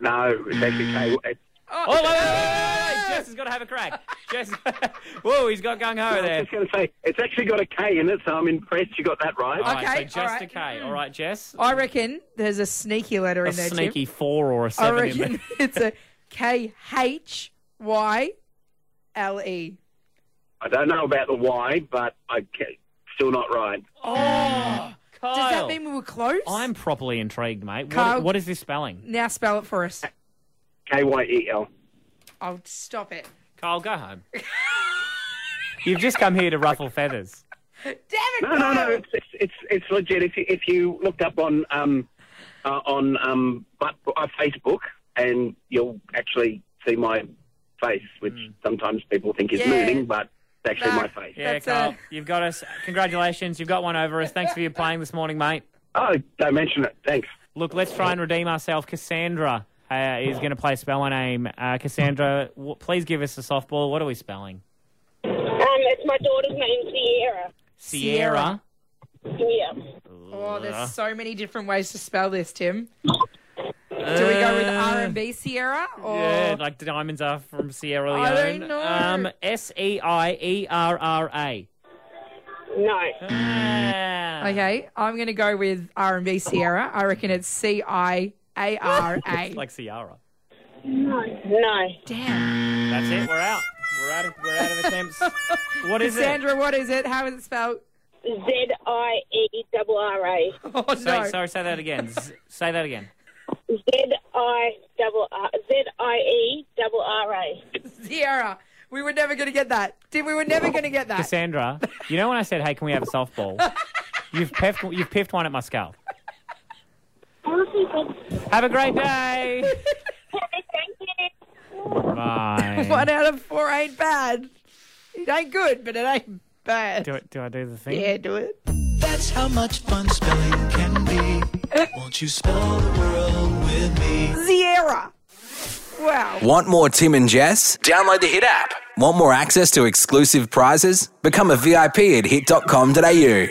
N: No, it's actually K. It's
A: Oh, wait, wait, wait, wait, wait, wait. Jess has got to have a crack. Jess, whoa, he's got gung ho
N: I
A: there.
N: was just going to say, it's actually got a K in it, so I'm impressed you got that right.
A: All right, so just
B: all right.
A: a K. All right, Jess.
B: I reckon there's a sneaky letter
A: A
B: in there,
A: sneaky
B: Tim.
A: four or a
B: I
A: seven. in
B: reckon it's a K H Y L E.
N: I don't know about the Y, but I ca- still not right.
B: Oh, does
A: Kyle.
B: that mean we were close?
A: there. I'm properly intrigued, mate.
B: Kyle-
A: What, what is this spelling?
B: Now spell it for us.
N: K Y E L.
B: I'll stop it.
A: Kyle, go home. You've just come here to ruffle feathers.
N: No, no, no. It's it's it's, it's legit. If you, if you looked up on um uh, on um but, uh, Facebook, and you'll actually see my face, which sometimes people think is
A: Yeah.
N: moving, but it's actually my face.
A: Yeah, Kyle, you've got us. Congratulations, you've got one over us. Thanks for your playing this morning, mate.
N: Oh, don't mention it. Thanks.
A: Look, let's try and redeem ourselves. Cassandra uh, is going to play spell my name. Uh, Cassandra, w- please give us a softball. What are we spelling?
I: Um, it's my daughter's name, Sierra.
A: Sierra.
I: Yeah.
B: Oh, there's so many different ways to spell this, Tim. Do we go with R and B Sierra or
A: Uh, Yeah, like the diamonds are from Sierra Leone.
B: I don't know.
A: Um, S E I E R R A.
I: No.
B: Okay, I'm gonna go with R and B Sierra. I reckon it's C I A R A.
A: It's like Sierra.
I: No. No.
B: Damn.
A: That's it. We're out. We're out of, we're out of attempts. What is it?
B: Cassandra, what is it? How is it spelled?
I: Z I E double R A.
B: Oh
A: Say, Sorry, say that again. Z- say that again.
I: Z I double R Z I E double R A.
B: Sierra. We were never gonna get that. Tim, we were never gonna get that.
A: Cassandra, you know when I said, "Hey, can we have a softball?" You've piffed, you've piffed one at my skull. Have a great day. Bye.
B: One out of four ain't bad. It ain't good, but it ain't bad.
A: Do, it, do I do the thing?
B: Yeah, do it.
D: That's how much fun spelling can be. Won't you spell the world with me?
B: Sierra. Wow.
Q: Want more Tim and Jess? Download the Hit app. Want more access to exclusive prizes? Become a VIP at hit.com.au.